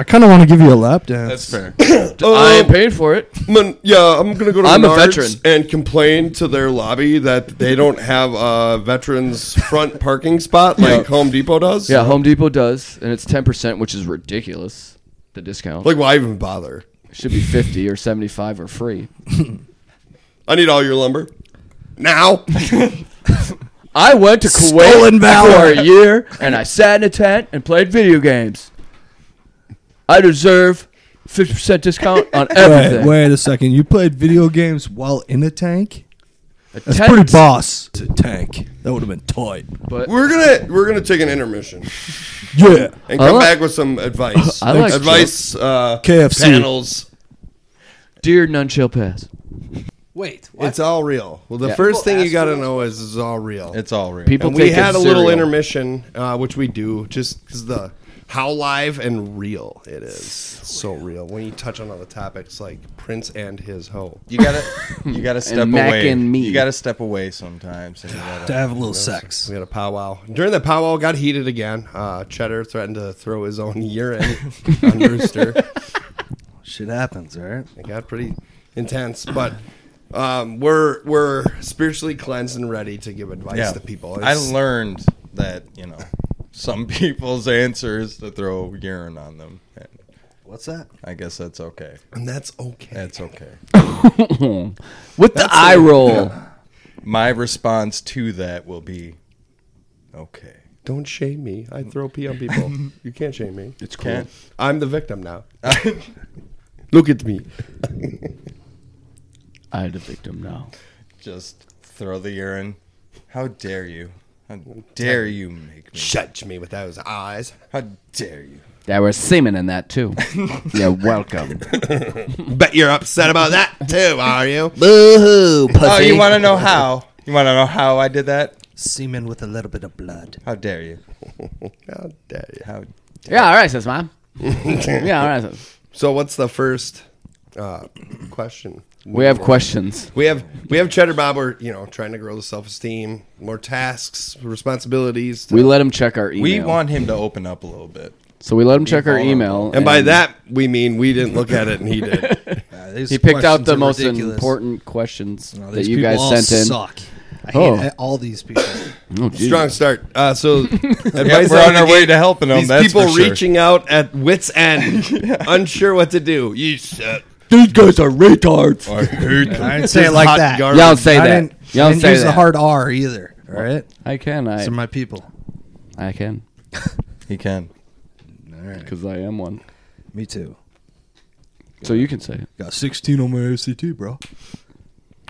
kind of want to give you a lap dance. That's fair. Oh, I ain't paid for it. Man, yeah, I'm gonna go to I'm a Menards veteran. and complain to their lobby that they don't have a veterans front parking spot like Home Depot does. Yeah, Home Depot does, and it's ten percent, which is ridiculous. The discount like why even bother? should be fifty or seventy-five or free. I need all your lumber [LAUGHS] now. I went to Kuwait Stolen valor. for a [LAUGHS] year, and I sat in a tent and played video games. I deserve fifty percent discount [LAUGHS] on Wait, everything. wait a second. You played video games while in a tank? A That's tent, pretty boss to tank. That would have been tight. but we're gonna we're gonna take an intermission Yeah. and I come like- back with some [LAUGHS] advice. I like advice. Uh, KFC. panels. dear none shall pass. Wait. It's all real. Well, the first thing you gotta know is it's all real. It's all real. People and we think had it's a little cereal. intermission, uh, which we do just because the how live and real it is. so real when you touch on all the topics like Prince and his hoe. You gotta you gotta step Mac away. [LAUGHS] and me. You gotta step away sometimes. And you gotta, To have a little sex. We had a powwow. During the powwow, got heated again. Uh, Cheddar threatened to throw his own [LAUGHS] urine on Rooster. Shit happens, all right? It got pretty intense, but. Um, we're we're spiritually cleansed and ready to give advice yeah. to people. I It's- learned that you know some [LAUGHS] people's answer is to throw urine on them. And What's that? I guess that's okay. and that's okay. That's okay. With the eye roll. My response to that will be okay. Don't shame me. I throw pee on people. you can't shame me. It's cool. I'm the victim now. [LAUGHS] Look at me. I had a victim now. Just throw the urine. How dare you? How dare you make me? Judge me with those eyes. How dare you? There was semen in that [LAUGHS] too. You're welcome. Bet you're upset about that too, are you? Boo hoo, pussy. Oh, you want to know how? You want to know how I did that? Semen with a little bit of blood. How dare you? How dare you? How? Yeah, all right, says [LAUGHS] mom. yeah, all right. Sis. So, what's the first uh, question? We have questions. We have we have Cheddar Bob. We're you know trying to grow the self esteem, more tasks, responsibilities. to- We let him check our email. We want him to open up a little bit. so we let him check our vulnerable. email. and by that we mean we didn't look at it and he did. he picked out the most important questions Oh, Oh, that you guys sent in. Suck. I Oh. hate all these [LAUGHS] people. Oh, geez. Strong start. Uh, so advice Yep, we're out on the our way gate. to helping them. These that's people for sure. reaching out at wits end, unsure what to do. You suck. These guys are retards. [LAUGHS] I hate them. I didn't say it like Hot that. garbage. Y'all say I that. didn't, I Y'all didn't say use that. the hard R either, all right? I can. I These are my people. I can He can. because I am one. Me too. So you can say it. Got 16 on my ACT, bro.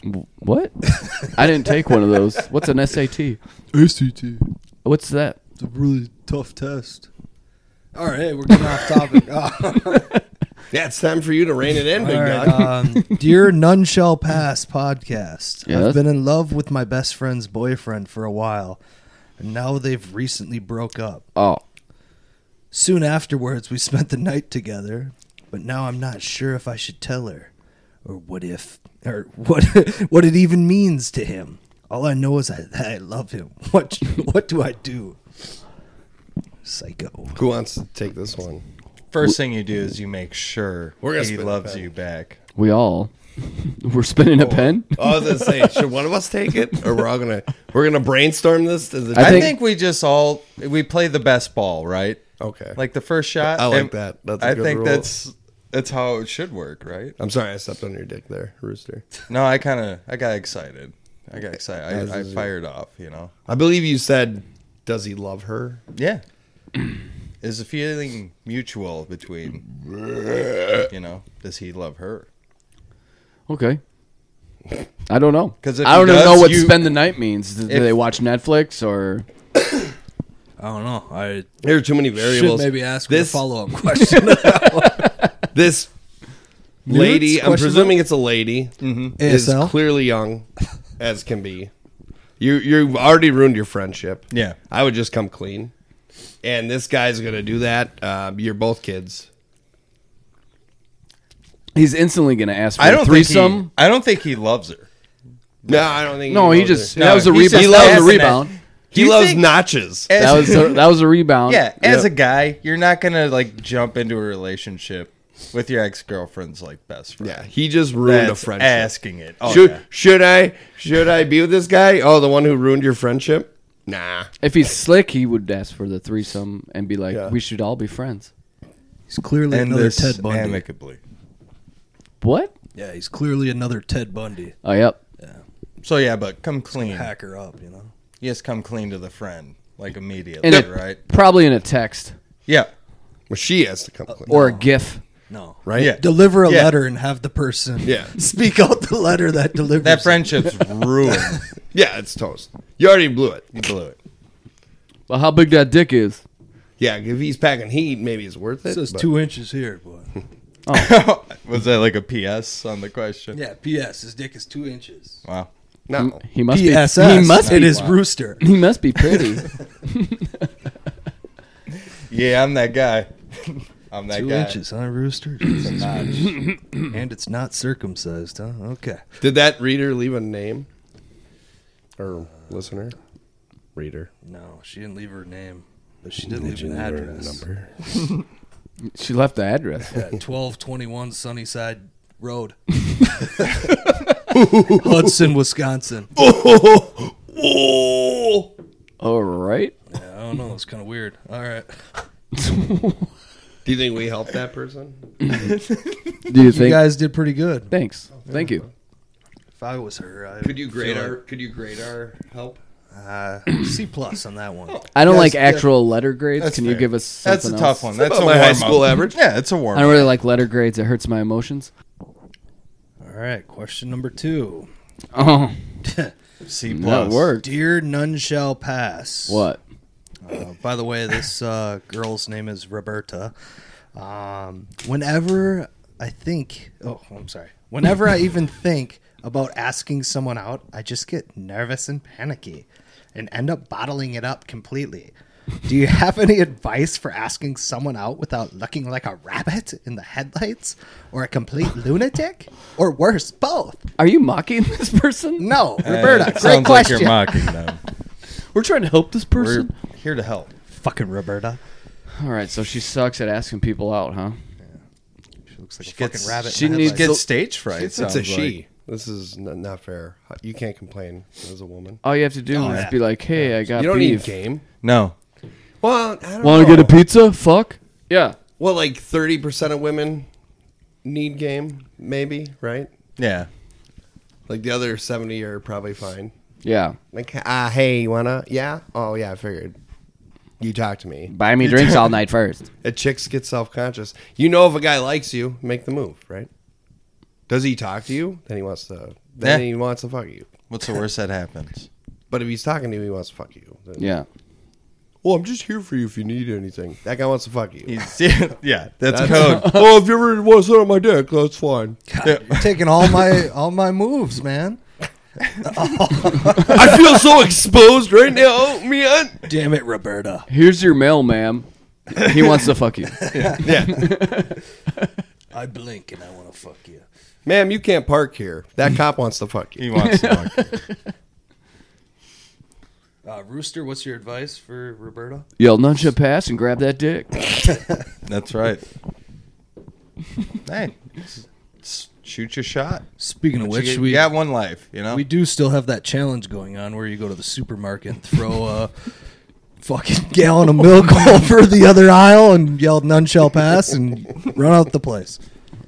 W- What? [LAUGHS] I didn't take one of those. What's an SAT? ACT. What's that? [LAUGHS] It's a really tough test. All right, we're getting off topic. Oh. Yeah, it's time for you to rein it in, big All right, dog. um, dear None Shall Pass podcast. Yes? I've been in love with my best friend's boyfriend for a while, and now they've recently broke up. Oh, Soon afterwards, we [LAUGHS] spent the night together, but now I'm not sure if I should tell her, or what if, or what [LAUGHS] what it even means to him. All I know is I, that I love him. [LAUGHS] What what do I do? Psycho. Who wants to take this one? First thing you do is you make sure We're gonna he spin it loves back. you back. we all [LAUGHS] we're spinning Oh. a pen. Oh, I was gonna say, should one of us take it, or we're all gonna we're gonna brainstorm this? As a I I think- think, we just all we play the best ball, right? okay. Like Like the first shot. I like and that. That's a I good think rule. that's that's how it should work, right? I'm sorry, I stepped on your dick there, Rooster. No, I kind of I got excited. I got excited. I, I is it. fired off. You know. I believe you said, "Does he love her?" [CLEARS THROAT] Yeah. Is the feeling mutual between you know? Does he love her? Okay. I don't know. 'Cause if I don't he even know does, what you- spend the night means. Do If- they watch Netflix or I don't know. I There are too many variables. should maybe ask this this follow up question. this lady. I'm Question presuming it's a lady. Is ASL? clearly young as can be. You you've already ruined your friendship. Yeah. I would just come clean. And this guy's gonna do that. Um, you're both kids. he's instantly going to ask for I don't a threesome? think he, I don't think he loves her. No, I don't think. no, he knows just her. No, that was a he's rebound. just That was a passing it. rebound. Do he you loves think- notches. As- [LAUGHS] That was a, that was a rebound. yeah. As Yep. a guy, you're not gonna like jump into a relationship with your ex girlfriend's like best friend. Yeah, he just ruined That's a friendship. Asking it. Oh, should yeah. should I should I be with this guy? Oh, the one who ruined your friendship? Nah. if he's slick, he would ask for the threesome and be like, Yeah. "We should all be friends." he's clearly And another this Ted Bundy. amicably. What? Yeah, he's clearly another Ted Bundy. Oh, yep. So yeah, but come clean. Hack her up, you know. Yes, come clean to the friend like immediately, In a, right? Probably in a text Yeah. Well, she has to come clean. or a GIF. No. right? Yeah. Deliver a Yeah. letter and have the person Yeah. [LAUGHS] speak out the letter that delivers. That [LAUGHS] it. friendship's ruined. Yeah, it's toast. You already blew it. You blew it. Well, how big that dick is? Yeah, if he's packing heat, maybe it's worth it. It says but- two inches here, boy. [LAUGHS] Was that like a PS on the question? Yeah, P.S. His dick is two inches. Wow. No. He must P.S. be. He must [LAUGHS] It be. is Rooster. He must be pretty. Yeah, I'm that guy. [LAUGHS] I'm that Two guy. inches, huh, Rooster? It's a notch. and it's not circumcised, huh? Okay. Did that reader leave a name? Or listener? Reader. No, she didn't leave her name, but she did leave an address. Number. she left the address. Yeah, Twelve twenty-one Sunnyside Road, [LAUGHS] Hudson, Wisconsin. Yeah, All right. I don't know. It's kind of weird. All right. Do you think we helped that person? Do you You think? guys did pretty good. Thanks. Thank you. If I was her, I Could you grade our could you grade our help? uh, C plus on that one. I don't Yes, like yeah. actual letter grades. That's Can you fair. give us? That's a something tough else? one. That's about a my high warm-up. school average? Yeah, it's a warm. I don't really like letter grades. It hurts my emotions. All right. Question number two. Oh, C that plus. worked. Dear none shall pass. What? Uh, by the way, this uh, girl's name is Roberta. Um, whenever I think, oh, I'm sorry. Whenever I even think about asking someone out, I just get nervous and panicky and end up bottling it up completely. Do you have any advice for asking someone out without looking like a rabbit in the headlights or a complete lunatic? Or worse, both? Are you mocking [LAUGHS] this person? No, Hey, Roberta, it great sounds question. like you're mocking [LAUGHS] them. We're trying to help this We're person. here to help. Fucking Roberta. All right, so she sucks at asking people out, huh? She looks like a gets- fucking rabbit. in she the needs- headlights. Get stage fright. It's, sounds a she. like. This is n- not fair. You can't complain as a woman. All you have to do is yeah. be like, "Hey, I got You don't need beef. game. No. Well, I don't Want to know. get a pizza? Fuck yeah." Well, like 30% of women need game, maybe, right? Yeah. Like the other 70 are probably fine. Yeah, Like, uh, hey, you wanna? Yeah? Oh, yeah, I figured. You talk to me. buy [LAUGHS] me drinks all night first. A chicks get self conscious. You know, if a guy likes you, make the move, right? Does he talk to you? Then he wants to. Then Yeah. he wants to fuck you. [LAUGHS] What's the worst that happens? But if he's talking to you, he wants to fuck you. Then- Yeah, "Oh, I'm just here for you if you need anything." That guy wants to fuck you. He's, [LAUGHS] yeah, that's, That's- code. [LAUGHS] oh, if you ever want to sit on my dick, that's fine. [LAUGHS] You're taking all my all my moves, man. I feel [LAUGHS] so exposed right now, man. Damn it, Roberta. Here's your mail, [LAUGHS] ma'am. He wants to fuck you. I blink and I want to fuck you. Ma'am, you can't park here. That cop wants to fuck He you. wants to fuck you. Uh, Rooster, what's your advice for Roberta? Yell, none should pass and grab that dick. That's [LAUGHS] right. hey, s- s- shoot your shot. Speaking of You which, get- we you got one life, you know. we do still have that challenge going on where you go to the supermarket and throw a [LAUGHS] fucking gallon of milk [LAUGHS] over the other aisle and yell "None shall pass" and run out the place.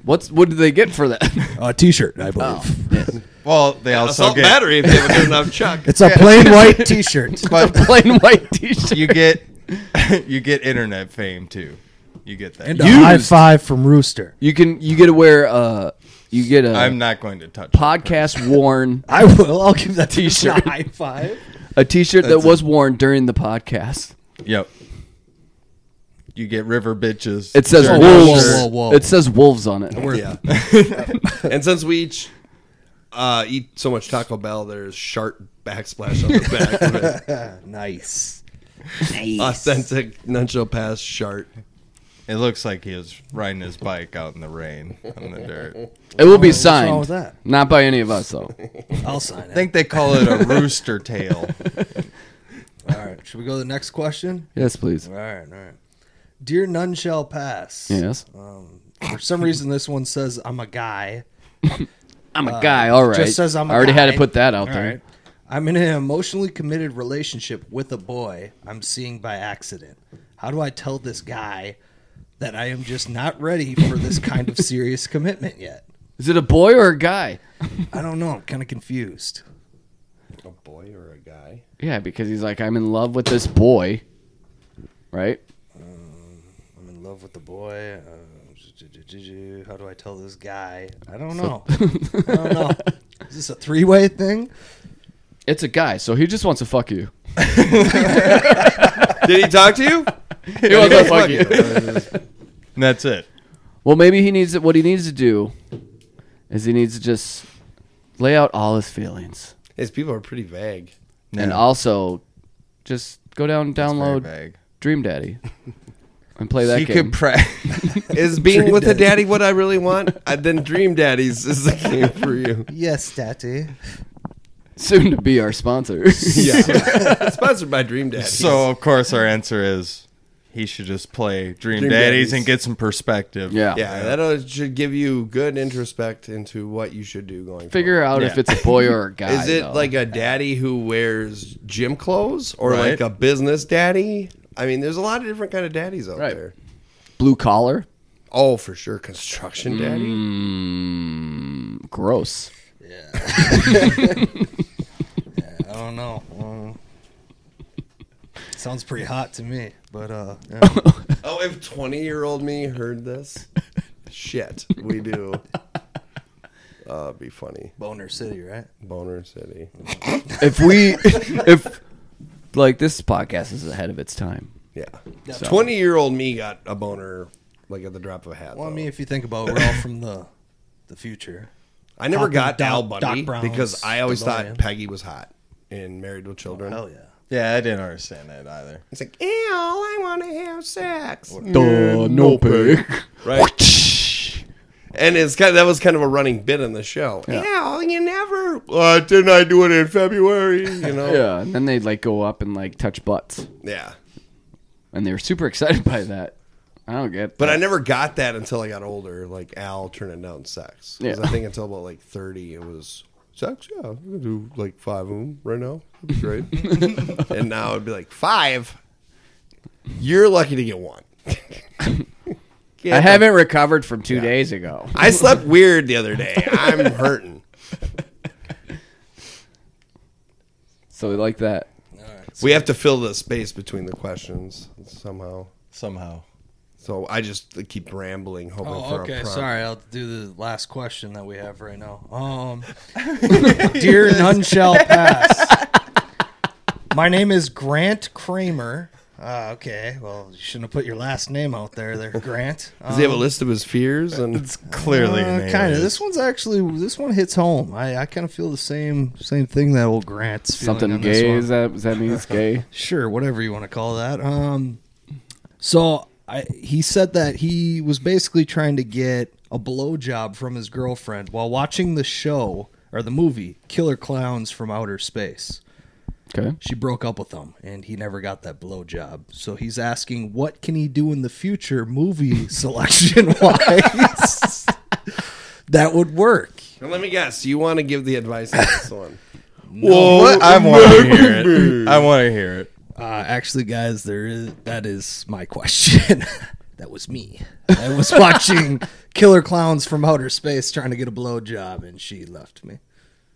What's what do they get for [LAUGHS] that? A Uh, T-shirt, I believe. [LAUGHS] Well, they also Assault get battery if they have a [LAUGHS] good enough chuck. It's a plain [LAUGHS] white T-shirt. but Plain white T-shirt. you get [LAUGHS] you get internet fame too. You get that. And a high five from Rooster. You can you get to wear uh you get a I'm not going to touch. it. podcast worn I will. I'll give that T-shirt [LAUGHS] T-shirt. a high five. a T-shirt that That's a- was worn during the podcast. Yep. You get river bitches. It says Sure. wolves. whoa, whoa. It says wolves on it. Yeah. [LAUGHS] and since we each uh, eat so much Taco Bell, there's shark backsplash on the back of [LAUGHS] it. Nice. Authentic Nuncho Pass shark. It looks like he was riding his bike out in the rain on the dirt. I It will be What's wrong signed. with that? Not by any of us [LAUGHS] though. I'll sign it. think they call [LAUGHS] it a rooster tail. All right. Should we go to the next question? yes, please. All right. All right. Dear None Shall Pass. Yes. Uh, For some reason, this one says I'm a guy. I'm a guy. All right. just says I'm a I already had to guy. put that out All there. right. I'm in an emotionally committed relationship with a boy I'm seeing by accident. How do I tell this guy that I am just not ready for this kind of serious commitment yet? Is it a boy or a guy? I don't know. I'm kind of confused. A boy or a guy? Yeah, because he's like, I'm in love with this boy, right? I'm in love with the boy. Uh, how do I tell this guy? I don't [LAUGHS] know. I don't know. [LAUGHS] Is this a three way thing? It's a guy, so he just wants to fuck [LAUGHS] you. Did he talk to you? He wants to fuck you. And that's it. Well, maybe he needs what he needs to do is he needs to just lay out all his feelings His people are pretty vague. and also just go down and Very download vague. [LAUGHS] Dream Daddy and play that You game. could [LAUGHS] pra- [LAUGHS] Is being with a daddy what I really want? I, then Dream Daddies is the game for you. Yes, Daddy. Soon to be our [LAUGHS] sponsor. Yeah. Sponsored by Dream Daddies. So of course our answer is he should just play Dream, Dream Daddies, Daddies. and get some perspective. yeah. yeah, that should give you good introspect into what you should do going Figure out if Yeah. it's a boy or [LAUGHS] a guy. Is it though. like a daddy who wears gym clothes or Right. like a business daddy? I mean, there's a lot of different kind of daddies out Right. there. blue collar? Oh, for sure, construction daddy. Mm, Gross. I don't know. Uh, sounds pretty hot to me, but uh, yeah. Oh, if 20 year old me heard this, [LAUGHS] shit, we do. Uh, it'd be funny. Boner City, right? Boner City. If [LAUGHS] we, if like this podcast is ahead of its time. Yeah. 20 year old me got a boner like at the drop of a hat. Well, I though. mean, if you think about, it, we're all from the the future. I never Talking got Doc- Al Bundy Doc Brown's because I always DeLorean. thought Peggy was hot in Married with Children. Hell yeah! Yeah, I didn't understand that either. It's like, ew, I want to have sex. Mm. Duh, Uh, no pig. Right. And it's kind of, that was kind of a running bit in the show. Yeah, you never. Uh, didn't I do it in February? You [LAUGHS] know. [LAUGHS] Yeah, and then they'd like go up and like touch butts, Yeah. and they were super excited by that. I don't get. But that. I never got that until I got older. Like Al turning down sex. 'Cause Yeah. I think until about like thirty, it was sex. Yeah, I'm gonna do like five of them right now. That'd be [LAUGHS] great. and now it'd be like five. You're lucky to get one. [LAUGHS] I haven't recovered from two days ago. I slept weird the other day. I'm [LAUGHS] hurting. So like that. We have to fill the space between the questions somehow. Somehow. So I just keep rambling, hoping Oh, for a okay. prompt. Sorry, I'll do the last question that we have right now. Um, dear none shall pass. My name is Grant Kramer. Uh, okay. Well, you shouldn't have put your last name out there, there, Grant. Does he have a list of his fears? And It's clearly kind of. Uh, This one's actually. This one hits home. I, I kind of feel the same same thing that old Grant's feeling Something on this gay one. is that? Does that mean it's [LAUGHS] gay? sure whatever you want to call that um so I, he said that he was basically trying to get a blowjob from his girlfriend while watching the show or the movie Killer Clowns from Outer Space. Okay. She broke up with him and he never got that blowjob. So he's asking what can he do in the future movie [LAUGHS] selection wise [LAUGHS] that would work. [LAUGHS] let me guess, you want to give the advice on this one? Well, I want to hear it. I want to hear it. Uh, actually, guys, there is that is my question. [LAUGHS] that was me. I was [LAUGHS] watching Killer Clowns from Outer Space trying to get a blowjob, and she left me.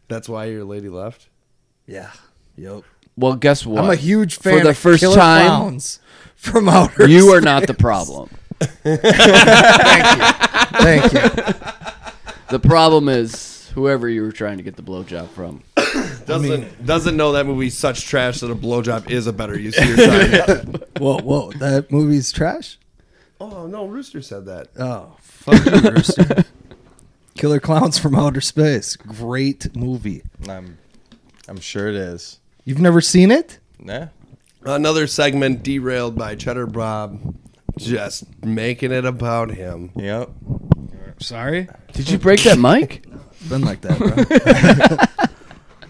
That's why your lady left. Yeah. Yep. Well, guess what? I'm a huge fan For the of first Killer time, Clowns from Outer. You are Space. [LAUGHS] not the problem. Thank [LAUGHS] you. The problem is whoever you were trying to get the blowjob from. Doesn't doesn't know that movie's such trash that a blowjob is a better use of your [LAUGHS] time. Whoa, whoa! That movie's trash. oh no, Rooster said that. Oh, fuck you, [LAUGHS] Rooster. Killer Clowns from Outer Space. Great movie. I'm, I'm sure it is. You've never seen it? Nah. Another segment derailed by Cheddar Bob, just making it about him. [LAUGHS] Yep. Sorry. Did you break that mic? It's been like that, [LAUGHS] bro.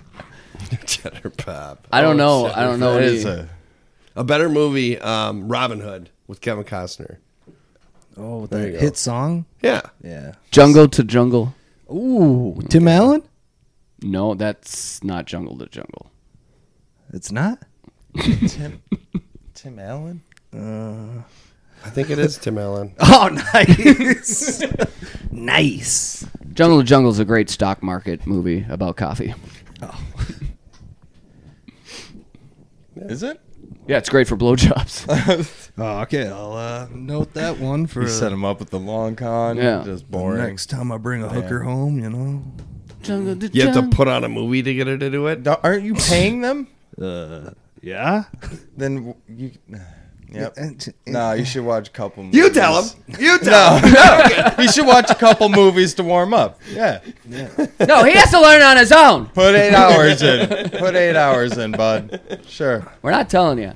Cheddar Bob. Oh, I don't know. Cheddar I don't know. It Any, is a. A better movie, um, Robin Hood with Kevin Costner. oh, with There that you go. hit song. Yeah. Yeah. jungle to jungle. Ooh, Tim Allen? No, that's not jungle to jungle. It's [LAUGHS] not. Tim, Tim Allen? I think it is Tim [LAUGHS] Allen. Oh, nice, [LAUGHS] nice. Jungle to Jungle is a great stock market movie about coffee. Is it? Yeah, it's great for blowjobs. Oh, okay, I'll uh, note that one for You set him up with the long con. Yeah. Just the boring. next time I bring a hooker home. You know, jungle to You have to put on a movie to get her to do it. No, aren't you [LAUGHS] paying them? Uh, yeah. then w- you. Yep. And- Nah, you should watch a couple movies. You tell him. You tell him. [LAUGHS] You should watch a couple movies to warm up. Yeah. no, he has to learn on his own. Put eight hours in. Put eight hours in, bud. Sure. We're not telling you.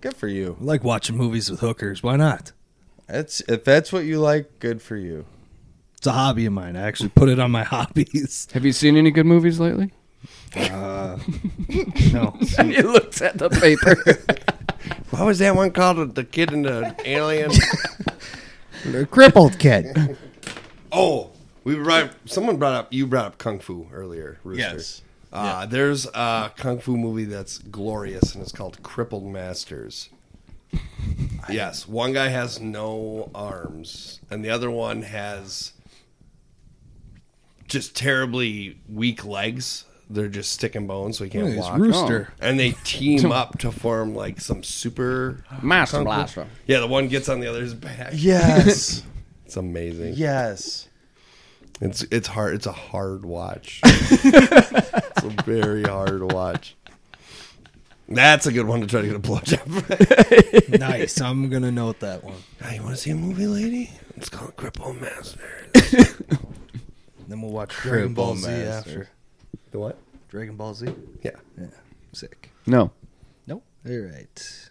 Good for you. I like watching movies with hookers. Why not? That's if that's what you like, good for you. It's a hobby of mine. I actually put it on my [LAUGHS] hobbies. Have you seen any good movies [LAUGHS] lately? No, And he looks at the paper. What was that one called? The kid and the alien. crippled [LAUGHS] kid. oh, we brought. Someone brought up. You brought up kung fu earlier. Rooster. Yes. Uh, There's a kung fu movie that's glorious, and it's called Crippled Masters. yes, one guy has no arms, and the other one has just terribly weak legs. They're just sticking bones, so he can't walk. Oh. Rooster. and they team up to form like some super. [LAUGHS] Master Kung Fu. Blaster. Yeah, the one gets on the other's back. Yes. It's amazing. yes. It's it's hard. It's a hard watch. it's a very hard watch. That's a good one to try to get a blowjob. Nice. I'm gonna note that one. hey, you want to see a movie, lady? It's called Cripple Master. Then we'll watch Dragon Ball Z Master. after. The what? Dragon Ball Z. Yeah. Sick. No. Nope. All right.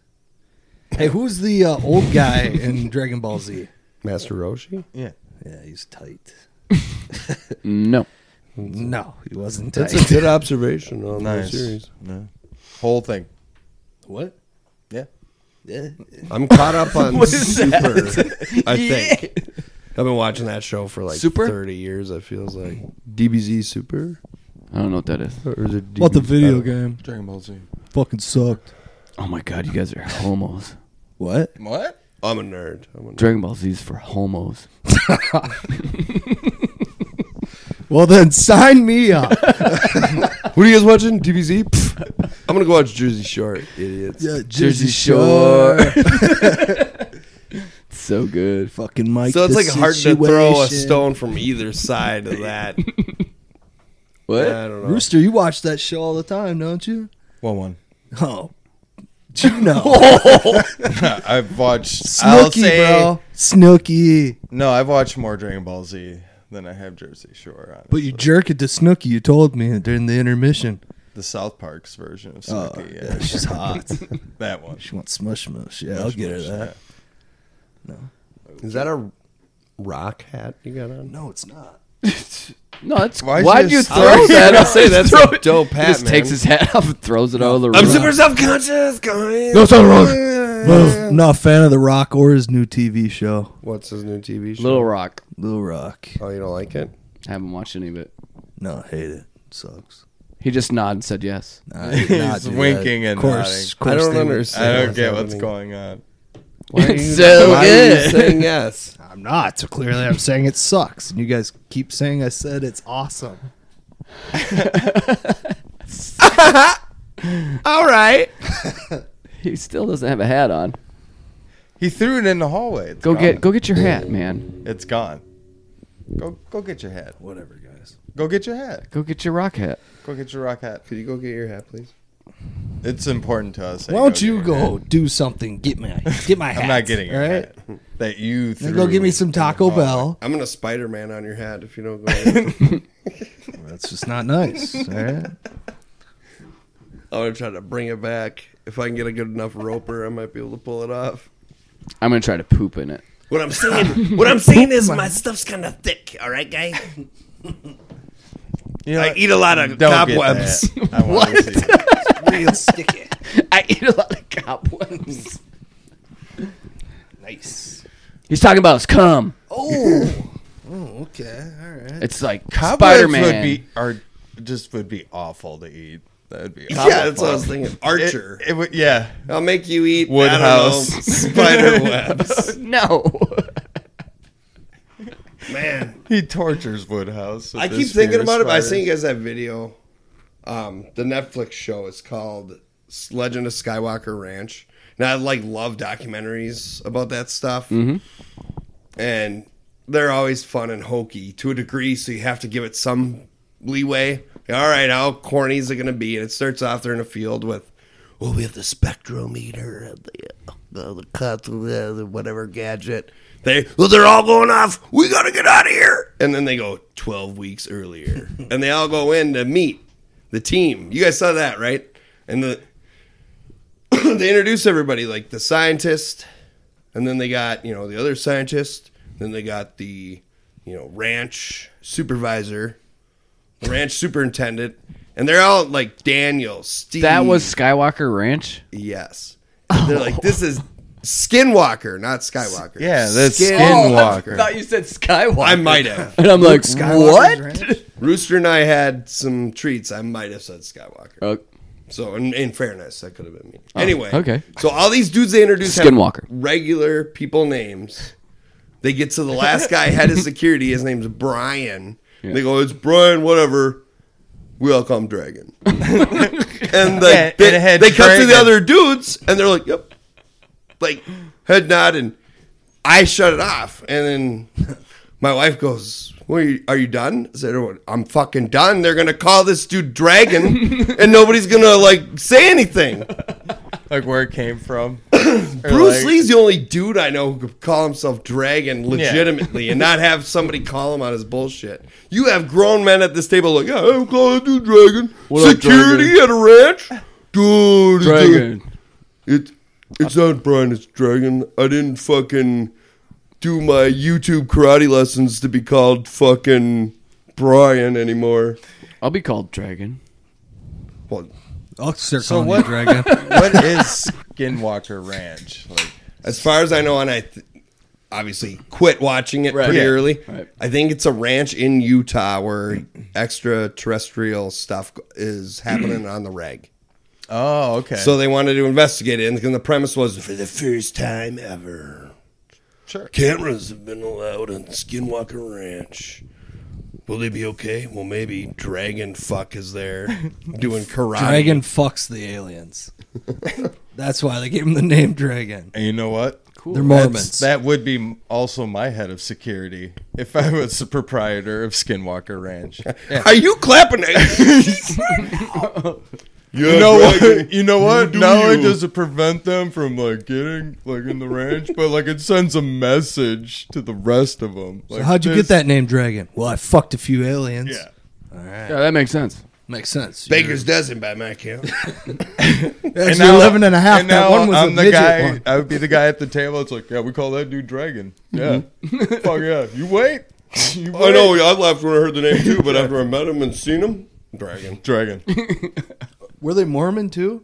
Hey, who's the uh, old guy in Dragon Ball Z? Master Roshi. Yeah. Yeah, he's tight. No. No, he wasn't tight. That's a good observation on Nice. the series. No. Whole thing. what? Yeah. I'm caught up on Super. I think I've been watching that show for like Super? 30 years. It feels like DBZ Super I don't know what that is. or is it DBZ? What the video game? Dragon Ball Z. Fucking sucked. Oh my god, you guys are homos. What? What? I'm a nerd. I'm a nerd. Dragon Ball Z's for homos. Well, then sign me up. What are you guys watching? DBZ? Pfft. I'm gonna go watch Jersey Shore, idiots. Jersey Shore. [LAUGHS] so good. Fucking Mike. so it's the like hard to throw a situation. stone from either side of that. What? I don't know. uh, Rooster, you watch that show all the time, don't you? One one. Oh. [LAUGHS] you know? [LAUGHS] I've watched. I'll Snooky, say, bro. Snooky. No, I've watched more Dragon Ball Z than I have Jersey Shore. Honestly. But you jerk it to Snooky. You told me during the intermission. the South Park's version of Oh, Snooki. [LAUGHS] yeah, She's hot. that one. she wants smush mush. Yeah, I'll get her that. Is that a rock hat you got [LAUGHS] on? No, it's not. No, that's Why why is would he you a throw star? that? I'll [LAUGHS] say that's Throw a it. dope He hat. just man. takes his hat off and throws it out of the room. I'm super self conscious, guys. Well, not a fan of The Rock or his new TV show, What's his new TV show? Little Rock. Little Rock. oh, you don't like it? I haven't watched any of it. No, I hate it. [LAUGHS] Sucks. He just nodded and said yes. I did not He's do that. winking and of course, nodding. of course I don't they would. I understand. don't get what's [LAUGHS] going on. [LAUGHS] Why are you, So why Are you good. saying yes. I'm not. So clearly, I'm saying it sucks, and you guys keep saying I said it's awesome. All right. [LAUGHS] he still doesn't have a hat on. He threw it in the hallway. It's Go gone. get go get your hat, man. It's gone. Go go get your hat. Whatever, guys. Go get your hat. Go get your rock hat. Go get your rock hat. Could you go get your hat, please? It's important to us. that Why don't get you your go hat. do something? Get my get my hat. [LAUGHS] I'm not getting your all hat that you. Threw Then go give me in some the Taco hallway. Bell. I'm gonna Spider Man on your hat if [LAUGHS] you don't go. That's just not nice. All right. I'm gonna try to bring it back. If I can get a good enough roper, I might be able to pull it off. I'm gonna try to poop in it. [LAUGHS] What I'm saying, what I'm saying is my stuff's kind of thick, all right, guy? You know I what? eat a lot [LAUGHS] of Don't cobwebs. [LAUGHS] Get that. I want to see [LAUGHS] it. Real sticky. I eat a lot of cobwebs. Nice. He's talking about his cum. Oh. oh. Okay. All right. It's like Cobwebs Spider would Man. be are just would be awful to eat. That would be awful. Yeah, that's what I was thinking. Archer. It, it would yeah. I'll make you eat Woodhouse. [LAUGHS] spider webs. no. [LAUGHS] Man, He tortures Woodhouse. with I keep his thinking fear about it. But I spiders. seen you guys that video. Um, the Netflix show is called Legend of Skywalker Ranch, and I like love documentaries about that stuff. Mm-hmm. And they're always fun and hokey to a degree, so you have to give it some leeway. All right, how corny is it going to be? And it starts off there in a field with, "Well, we have the spectrometer, and the uh, the cut, the the whatever gadget." They well, they're all going off. We gotta get out of here. And then they go twelve weeks earlier, [LAUGHS] and they all go in to meet the team. You guys saw that, right? And the [LAUGHS] they introduce everybody, like the scientist, and then they got you know the other scientist, then they got the you know ranch supervisor, the ranch superintendent, and they're all like Daniel, Steve. that was Skywalker Ranch. yes. And They're like this is Skinwalker, not Skywalker. Yeah, that's Skin- Skinwalker. Oh, you said Skywalker. I might have. And I'm like, what? Rooster and I had some treats. I might have said Skywalker. Uh, So, in, in fairness, that could have been me. anyway, Oh, okay. So all these dudes they introduce have Skinwalker. regular people names. They get to the last guy head of security. His name's Brian. They go, "It's Brian, whatever." We all call him Dragon. and like Yeah, they, and it had they cut to the Dragon. other dudes, and they're like, "Yep," like head nod, and I shut it off. And then my wife goes, "Well, are you, are you done?" I said, "Oh, "I'm fucking done. They're gonna call this [LAUGHS] dude Dragon, and nobody's gonna like say anything." like where it came from. [COUGHS] Bruce Lee's the only dude I know who could call himself Dragon legitimately and not have somebody call him on his bullshit. You have grown men at this table like, yeah, I'm calling you Dragon. up, Security at a ranch? Dude. it's a- Dragon. It, it's not Brian, it's Dragon. I didn't fucking do my YouTube karate lessons to be called fucking Brian anymore. I'll be called Dragon. Well, I'll start So calling you what- [LAUGHS] Dragon. what is Skinwalker Ranch? Like As far as I know, and I th- obviously quit watching it pretty Yeah. early. Right. I think it's a ranch in Utah where extraterrestrial stuff is happening on the reg. Oh, okay. So they wanted to investigate it, and the premise was for the first time ever, Sure. cameras have been allowed on Skinwalker Ranch. Will they be okay? Well, maybe Dragon Fuck is there doing karate. Dragon fucks the aliens. [LAUGHS] That's why they gave him the name Dragon. And you know what? They're That's- Mormons. that would be also my head of security if I was the [LAUGHS] proprietor of Skinwalker Ranch. Are you clapping? you know what? You know what? Not only does it prevent them from like getting like in the range, but like it sends a message to the rest of them. Like, How'd you this- get that name, Dragon? Well, I fucked a few aliens. Yeah. Yeah, that makes sense. Makes sense. [LAUGHS] Baker's dozen by my count. Actually, 11 and a half. and that now one was I'm a the midget guy. one. I would be the guy at the table. It's like, yeah, we call that dude Dragon. Yeah, Mm-hmm. [LAUGHS] fuck yeah. You wait. [LAUGHS] You wait. [LAUGHS] I know. I laughed when I heard the name too, but after I met him and seen him, dragon. Dragon. Were they Mormon too?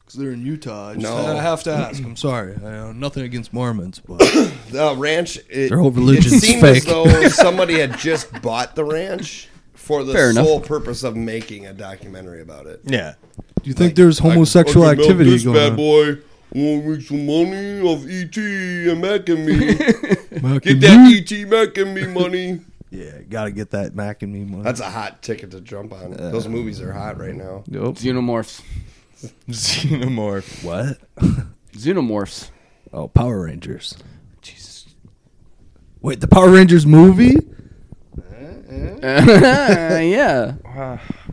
Because they're in Utah. I, just- No. I have to ask. I'm sorry. I know nothing against Mormons, but [CLEARS THROAT] The ranch. It, Their whole religion's It seemed fake. as [LAUGHS] though somebody had just bought the ranch for the Fair enough. sole purpose of making a documentary about it. [LAUGHS] Yeah. do you think there's homosexual I can fucking milk activity this going bad on? boy. We'll make some money off ET and Mac and [LAUGHS] me. Mac Get and that e- me. ET Mac and me money. Yeah, gotta get that Mac and me money. That's a hot ticket to jump on. Uh, Those movies are hot right now. Xenomorphs. Xenomorph. what? Xenomorphs. Oh, Power Rangers. Jesus. Wait, the Power Rangers movie? [LAUGHS] yeah.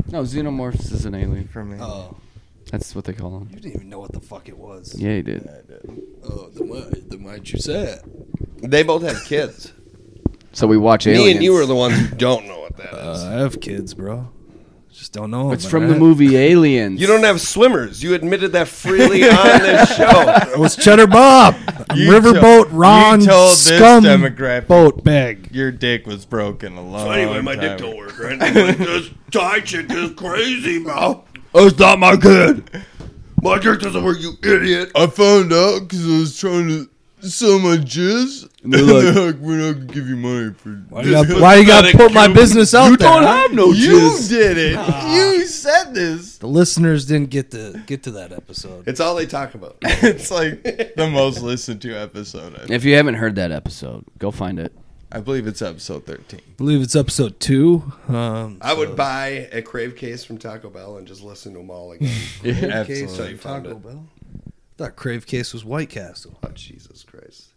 No, Xenomorphs is an alien. For me. Oh, That's what they call them. you didn't even know what the fuck it was. Yeah, he did. Oh, then why, then why'd you say it? They both have kids. So we watch [LAUGHS] aliens. me and you are the ones who don't know what that is. Uh, I have kids, bro. Just don't know. It's them, from the man. movie Aliens. You don't have swimmers. You admitted that freely on [LAUGHS] this show. It was Cheddar [LAUGHS] Bob, You Riverboat told- Ron you told this Scum demographic- Boat Bag. Your dick was broken a long So anyway, my time dick ago. don't work, right? [LAUGHS] Like, this Thai chick is crazy, bro. Oh, It's not my kid. My dick doesn't work, you idiot. I found out because I was trying to sell my jizz. And they're they're like- [LAUGHS] like, we're not going to give you money for Why you got, why [LAUGHS] you gotta put my business out there? huh? no You did it. Ah. You said this. The listeners didn't get to get to that episode. It's all they talk about. It's like the most listened to episode. I- If you haven't heard that episode, go find it. I believe it's episode [LAUGHS] 13. I believe it's episode two. Um, I would buy a crave case from Taco Bell and just listen to them all again. [LAUGHS] case Absolutely. from Taco Bell. I thought Crave Case was White Castle. Oh, Jesus Christ.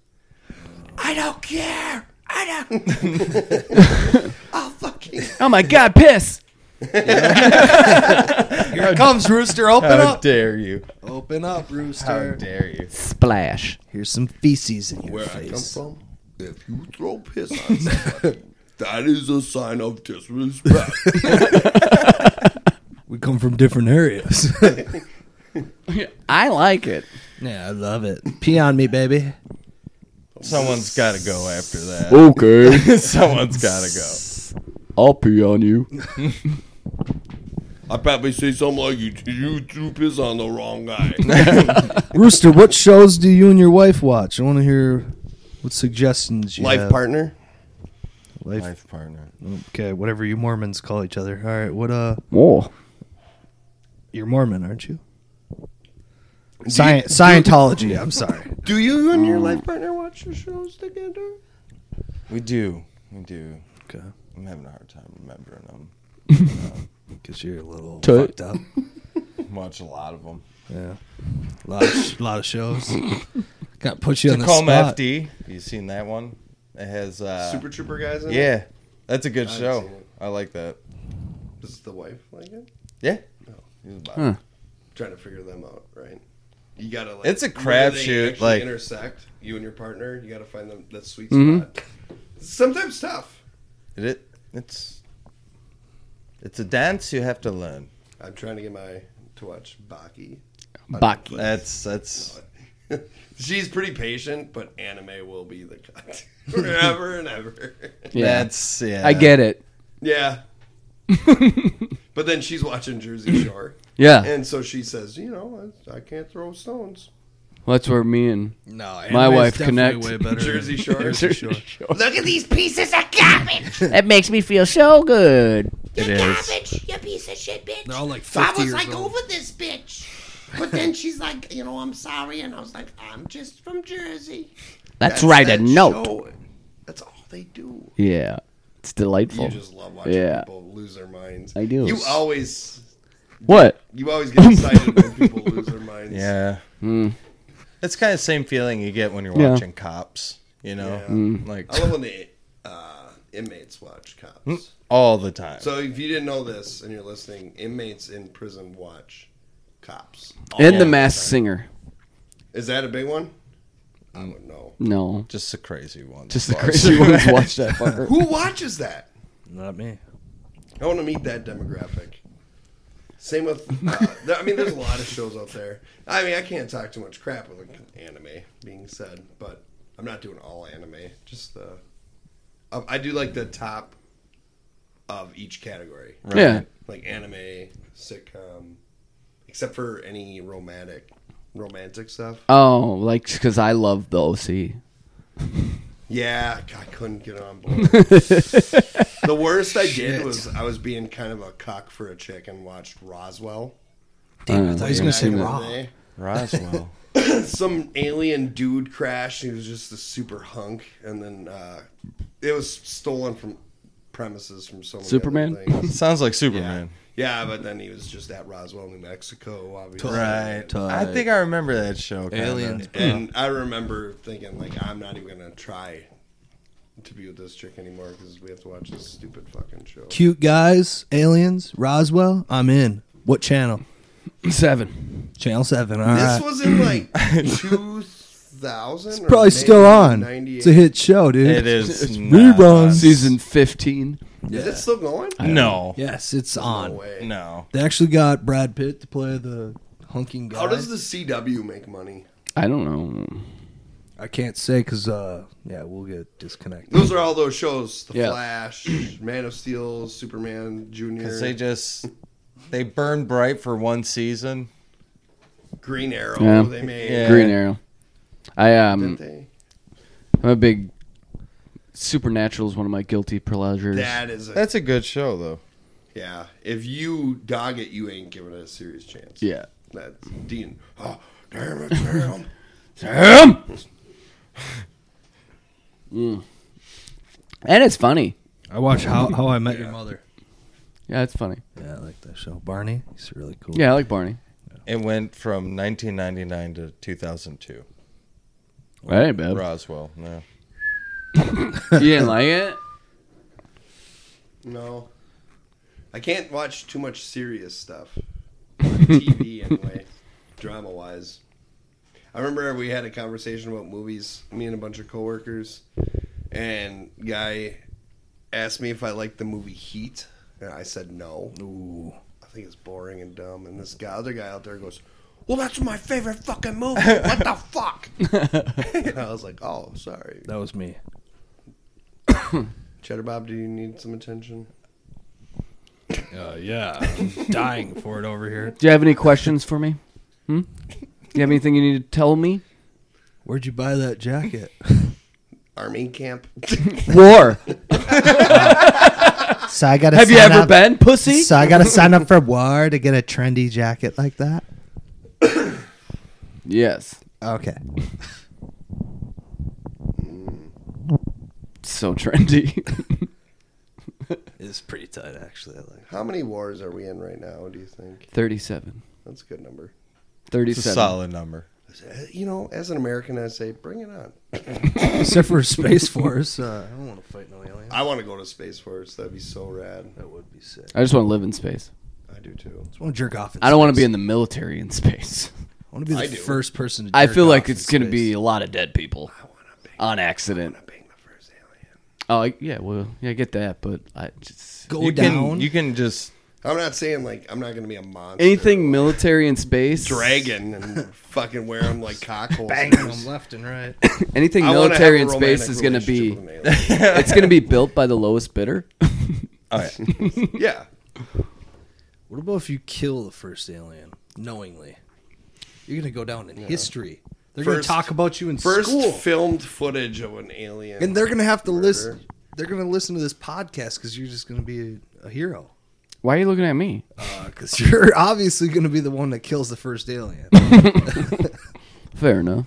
I don't care. [LAUGHS] [LAUGHS] Oh, fucking. Oh my god, piss! Here it comes, Rooster. Open How up. dare you? Open up, How Rooster. dare you? Splash. Here's some feces in your Where I come face. from? If you throw piss on [LAUGHS] somebody, that is a sign of disrespect. We come from different areas. [LAUGHS] I like it. yeah, I love it. [LAUGHS] Pee on me, baby. Someone's got to go after that. Okay. [LAUGHS] Someone's got to go. [LAUGHS] I'll pee on you. I probably say something like, you, you threw piss on the wrong [LAUGHS] guy. Rooster, what shows do you and your wife watch? I want to hear what suggestions you Life have. partner? Life, Life partner. Okay, whatever you Mormons call each other. All right, what uh, Whoa. you're Mormon, aren't you? Sci- Scientology. I'm sorry. [LAUGHS] Do you and your life partner watch your shows together? We do. We do. Okay, I'm having a hard time remembering them. because you're a little Tut. fucked up. Watch a lot of them. Yeah, a lot of, sh- lot of [LAUGHS] shows. Got put you on the Tacoma spot. FD. You seen that one? It has uh, Super Trooper guys in it? Yeah, that's a good haven't show. seen it. I like that. Does the wife like it? Yeah, Huh. trying to figure them out, right? You gotta like It's a where they crapshoot, actually like- Mm-hmm. intersect you and your partner. You gotta find them that sweet spot. Sometimes tough. it, it it's it's a dance you have to learn. I'm trying to get my to watch Baki. Baki. That's that's She's pretty patient, but anime will be the cut [LAUGHS] forever and ever. [LAUGHS] Yeah. that's yeah. I get it. [LAUGHS] yeah. but then she's [CLEARS THROAT] watching Jersey Shore, Yeah. and so she says, "You know, I, I can't [LAUGHS] throw stones." Well, that's where me and No, My wife definitely connect. Way better [LAUGHS] Jersey than- Shore. Jersey Shore. Look at these pieces of garbage. That makes me feel so good. You're is. garbage, you piece of shit, bitch. They're all like So I 50 was years like old. over this bitch. But then she's like, you know, I'm sorry. And I was like, I'm just from Jersey. Let's write a that note. show. That's all they do. Yeah. It's delightful. You just love watching Oh, Yeah. people lose their minds. I do. You always What? You always get excited when people lose their minds. yeah. It's kind of same feeling you get when you're Yeah. watching Cops. You know, Yeah. like I love when the uh, inmates watch cops. all the time. So if you didn't know this and you're listening, inmates in prison watch cops. And the mass singer. Is that a big one? I don't know. No. Just the crazy ones. Just the crazy ones watch that fucker. Who watches that? [LAUGHS] Not me. I want to meet that demographic. Same with, uh, th- I mean, there's a lot of shows out there. I mean, I can't talk too much crap with anime being said, but I'm not doing all anime. Just the, I I do like the top of each category, Yeah. like anime, sitcom, except for any romantic, romantic stuff. Oh, like because I love the OC. Yeah, I couldn't get [LAUGHS] on board. the worst I did was I was being kind of a cuck for a chick and watched Roswell. Damn, I thought he was going to say Back in the Raw. day. Roswell. some alien dude crashed. He was just a super hunk, and then uh, it was stolen from premises from someone. [LAUGHS] Superman? Sounds like Superman. yeah, but then he was just at Roswell, New Mexico, obviously. I think I remember that show. kinda. Aliens. And I remember thinking, like, I'm not even gonna try to be with this chick anymore because we have to watch this stupid fucking show. Cute guys, aliens, Roswell. I'm in. What channel? Seven. Channel seven. All right. This was in [CLEARS THROAT] like 2000. Uh, it's probably still on. It's a hit show, dude. It is not reruns. Season 15. Is it still going? No. Yes, it's No on. way. No. They actually got Brad Pitt to play the hunking guy. How does the CW make money? I don't know. I can't say because uh, yeah, we'll get disconnected. Those are all those shows: The Yeah. Flash, Man of Steel, Superman Junior, Because they just they burned bright for one season. Green Arrow. Yeah. They made. Yeah. Green Arrow. I Didn't um, they? I'm a big Supernatural is one of my guilty pleasures. That is a That's a good show though. yeah. If you dog it, you ain't giving it a serious chance. yeah. that's Dean. Oh, damn it, damn. Mm. And it's funny. I watch How How I Met Your Mother. Yeah, it's funny. Yeah, I like that show. Barney, he's really cool. Yeah, I like Barney. It went from 1999 to 2002. All right, babe. Roswell. No. You didn't like it? no, I can't watch too much serious stuff on TV anyway, drama wise. I remember we had a conversation about movies, me and a bunch of coworkers, and guy asked me if I liked the movie Heat, and I said no. Ooh. I think it's boring and dumb. And this guy, other guy out there goes, "Well, that's my favorite fucking movie. What the fuck?" [LAUGHS] and I was like, "Oh, sorry, that was me. Cheddar Bob. Do you need some attention?" Uh, yeah, I'm [LAUGHS] dying for it over here. Do you have any questions for me? Hmm? Do you have anything you need to tell me? Where'd you buy that jacket? Army camp. War. [LAUGHS] So I gotta. Have you sign ever up- been pussy? So I gotta sign up for war to get a trendy jacket like that. Yes. Okay. So trendy. [LAUGHS] It's pretty tight, actually. I like. How many wars are we in right now? Do you think 37. that's a good number? It's a 37. solid number. You know, as an American, I say, bring it on. Except [LAUGHS] for Space Force, uh, I don't want to fight no alien. I want to go to Space Force. That'd be so rad. That would be sick. I just want to live in space. I do too. just want to jerk off. I don't want to be in the military in space. I want to be I the do. first person. to I jerk feel like off in it's going to be space. a lot of dead people Uh, on accident. Being the first alien. Oh, I- yeah, well, yeah, I get that, but I just. go You Oh, down. can you can just I'm not saying like I'm not gonna be a monster. Anything military in space? dragon and [LAUGHS] fucking wear them like cockholes. left and right. [LAUGHS] Anything military in space is going to be. [LAUGHS] It's going to be built by the lowest bidder. all right. [LAUGHS] yeah. what about if you kill the first alien knowingly? You're gonna go down in history. They're going First- to talk about you in First school, filmed footage of an alien, and they're going to have to Murder. listen. They're going to listen to this podcast because you're just going to be a, a hero. Why are you looking at me? Because [LAUGHS] you're obviously going to be the one that kills the first [LAUGHS] alien. Fair enough.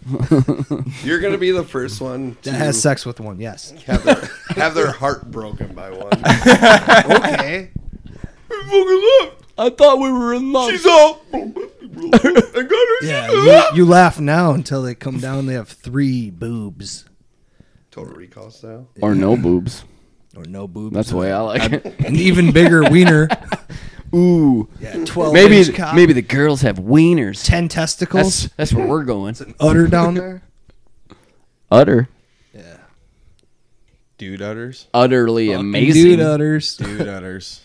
[LAUGHS] You're gonna be the first [LAUGHS] one to that has sex with one. Yes. have their, have their heart broken by [LAUGHS] one. Okay. I thought we were in love. all. I got her. Yeah. You, you laugh now until they come down. They have three boobs Total Recall style. Or no boobs. or no boobs. [LAUGHS] That's the way I like it. An even bigger wiener. ooh. Hmm. Yeah, twelve. Maybe inch cock, maybe the girls have wieners. ten testicles, That's that's where we're going. udder down there. Utter, Dude udders. utterly amazing. Dude udders. Dude udders.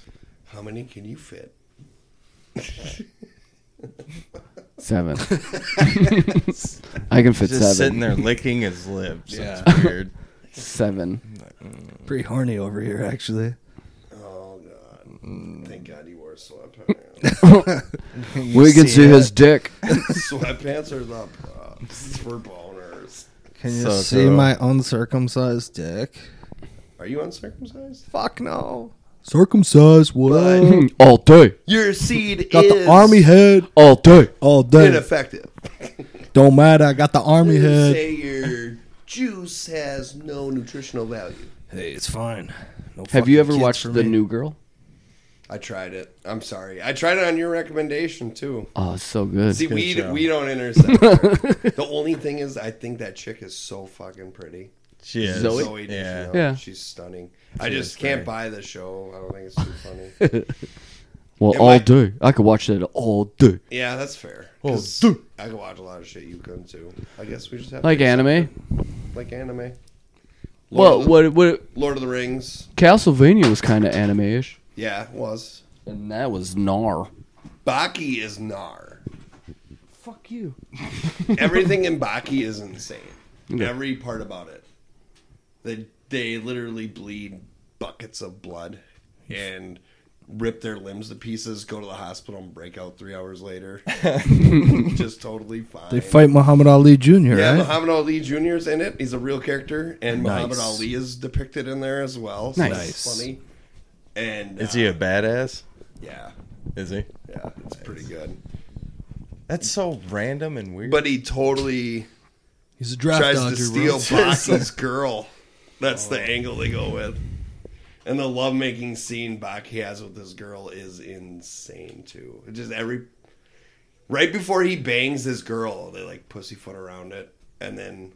How many can you fit? Seven. [LAUGHS] I can fit Just sitting seven. there licking his lips. Yeah. It's weird. Seven. Pretty horny over here, actually. Oh God! Thank God he wore sweatpants. [LAUGHS] We can see his dick. sweatpants are the props for boners. Can you So see true. my uncircumcised dick? Are you uncircumcised? Fuck no. Circumcised what? Mm, all day, Your seed got is the army head all day. all day. ineffective. Don't matter. I got the army head. Say your juice has no nutritional value. Hey, it's fine. No Have you fucking ever kids watched for The me. New Girl? I tried it. I'm sorry. I tried it on your recommendation too. Oh, it's so good. See, we we [LAUGHS] don't intersect. the only thing is, I think that chick is so fucking pretty. She is. Zoe? Yeah. Deschanel. Yeah. she's stunning. I just can't buy the show. I don't think it's too [LAUGHS] funny. Well, Am all I- day. I could watch that all day. Yeah, that's fair. 'Cause I can watch a lot of shit you couldn't too. I guess we just have to Like anime. accept it. like anime. Lord Well, of the, what what Lord of the Rings. Castlevania was kind of anime-ish, Yeah, it was. and that was gnar. Baki is Nar. Fuck you. Everything in Baki is insane. Every part about it. They they literally bleed buckets of blood and rip their limbs to pieces, go to the hospital and break out three hours [LAUGHS] later. just totally fine. They fight Muhammad Ali eh? Jr. Yeah, right? Muhammad Ali Jr. is in it. He's a real character, and Muhammad Nice. Ali is depicted in there as well. So Nice. that's funny. And Is uh, he a badass? Yeah, Is he? yeah, it's pretty good. That's so random and weird. But he totally He's a draft tries dodger. [LAUGHS] to steal Rose. Baki's girl. That's the angle they go with. And the lovemaking scene Baki has with this girl is insane too. It just every right before he bangs this girl, they like pussyfoot around it, and then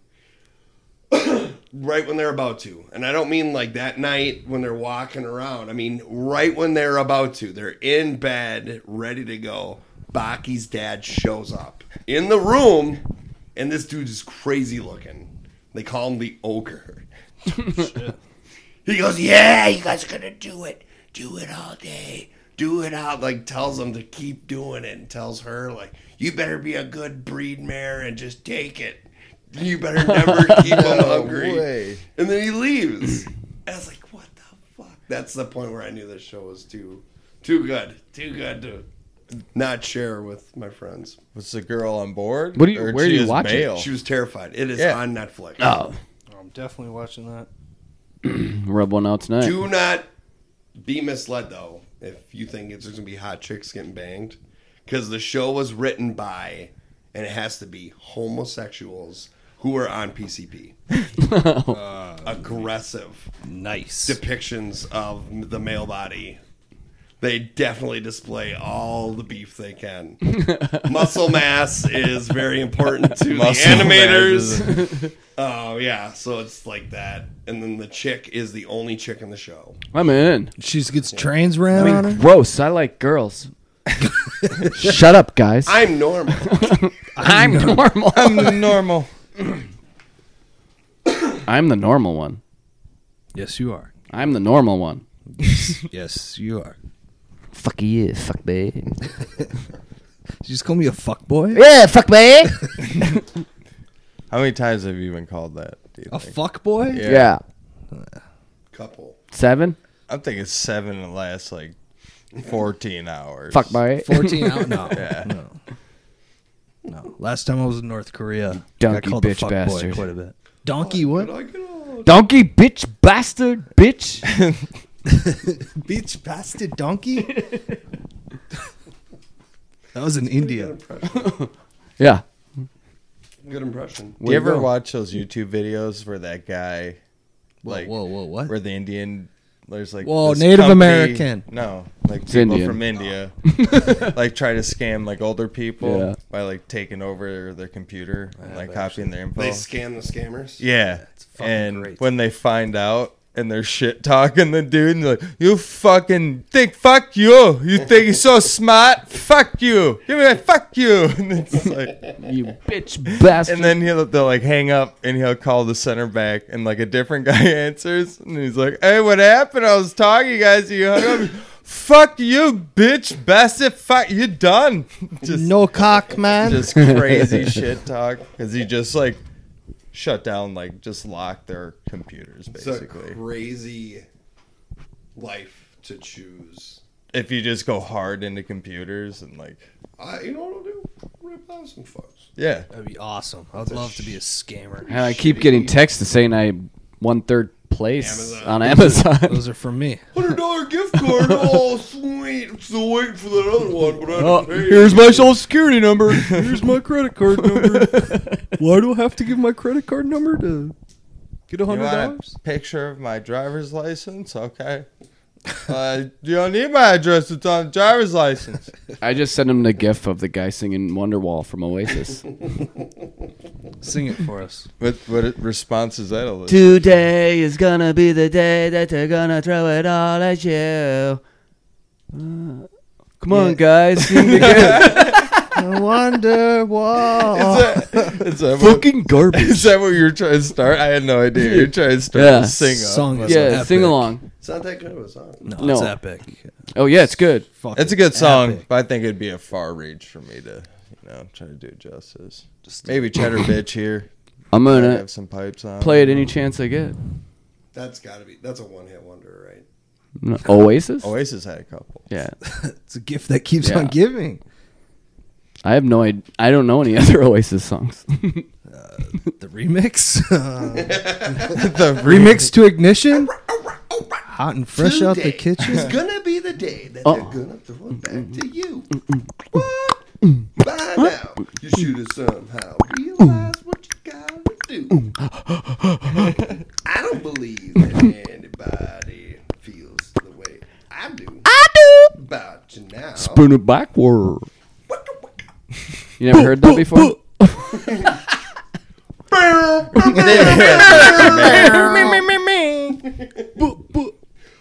right when they're about to. And I don't mean like that night when they're walking around. I mean right when they're about to. They're in bed, ready to go. Baki's dad shows up in the room, and this dude is crazy looking. They call him the ogre. he goes, "Yeah, you guys are gonna do it. Do it all day. Do it out." Like tells him to keep doing it, and tells her like, "You better be a good breed mare and just take it. You better [LAUGHS] never keep him hungry." way. And then he leaves. And I was like, "What the fuck?" That's the point where I knew this show was too, too good, too good to not share with my friends. was the girl on board? What do you- where do she you is watch it? She was terrified. It is Oh. Yeah. on Netflix. Oh, I'm definitely watching that. [CLEARS THROAT] rub one out tonight. Do not be misled though if you think it's going to be hot chicks getting banged, because the show was written by and it has to be homosexuals who are on PCP. Oh. Aggressive Nice. depictions of the male body. They definitely display all the beef they can. Muscle mass is very important to Muscle the mass animators. is- Oh yeah, so it's like that, and then the chick is the only chick in the show. I'm in. She gets trains ran on her. Gross. I like [LAUGHS] girls. Shut up, guys. I'm normal. [LAUGHS] I'm normal. [LAUGHS] I'm normal. I'm the normal one. Yes, you are. I'm the normal one. Yes, you are. Fuck you, fuck me. Did you just call me a fuck boy? Yeah, fuck me. How many times have you been called that? Do you A think? fuck boy? Yeah. [LAUGHS] Yeah. Couple. Seven. I'm thinking seven in the last like 14 hours. Fuck me. 14 out? No. No. No. Last time I was in North Korea, I donkey got called a bitch fuck bastard. boy quite a bit. Donkey [LAUGHS] what? Like, oh, Donkey, bitch, bastard, bitch. Bitch bastard donkey? that was in India. good impression. [LAUGHS] yeah. Good impression. Do you ever watch those YouTube videos where that guy, like, whoa, whoa, what? Where the Indian, there's like, Whoa, this Native American. No, like people Indian. [LAUGHS] from India, like try to scam like older people Yeah. by like taking over their computer and like copying their info. They scan the scammers. yeah, fucking and great. when they find out. and they're shit talking the dude and they're like, you fucking think fuck you. You think you're so smart? Fuck you. Give me that fuck you. [LAUGHS] And it's like You bitch bastard. and then he'll they'll like hang up and he'll call the center back and like a different [LAUGHS] guy answers and he's like, Hey, what happened? I was talking to you guys, you hung up. Fuck you, bitch, bastard. Fuck you, done. [LAUGHS] Just no cock, man. just crazy shit talk because he just like shut down, like just locked their computers It's a basically. crazy life to choose. if you just go hard into computers and like I, you know what I'll do? Rip out some folks. yeah, That'd be awesome. I'd love to be a scammer. And I keep getting texts saying I one third place Amazon. on [LAUGHS] Amazon. Those are from me. Hundred dollar gift card. oh, sweet. I'm still waiting for that other one, but I Oh, didn't pay it. here's my social security number. Here's my credit card [LAUGHS] number. Why do I have to give my credit card number to get a you hundred want dollars? a picture of my driver's license? Okay. Uh, you don't need my address. It's on the driver's license. I just sent him the gif of the guy singing Wonderwall from [LAUGHS] Oasis. Sing it for us. What what response is that? All this? Today is gonna be the day that they're gonna throw it all at you. Come on, guys, [LAUGHS] sing the gif. I wonder why. [LAUGHS] Is that, is, that what, oh. Fucking [LAUGHS] garbage. is that what you're trying to start? I had no idea. You're trying to start Yeah. a sing Song is yeah, epic. sing along. It's not that good of a song. No, it's No. epic. Oh yeah, it's good. Fuck It's a good song, but I think it'd be a far reach for me to, you know, try to do it justice. Maybe [COUGHS] Cheddar Bitch here. I'm I gonna have some pipes on. play it any chance I get. That's got to be. That's a one hit wonder, right? No, [LAUGHS] Oasis. Oasis had a couple. Yeah, [LAUGHS] It's a gift that keeps Yeah. on giving. I have no. Id- I don't know any [LAUGHS] other Oasis songs. The remix, [LAUGHS] Uh, the remix to ignition, hot and fresh out the Today [LAUGHS] is kitchen. gonna be the day that Oh. they're gonna throw it back to you. What? By now, you should have somehow realized what you gotta do. I don't believe that anybody feels the way I do. I do about you now. Spoon it backward. You never heard that before? Who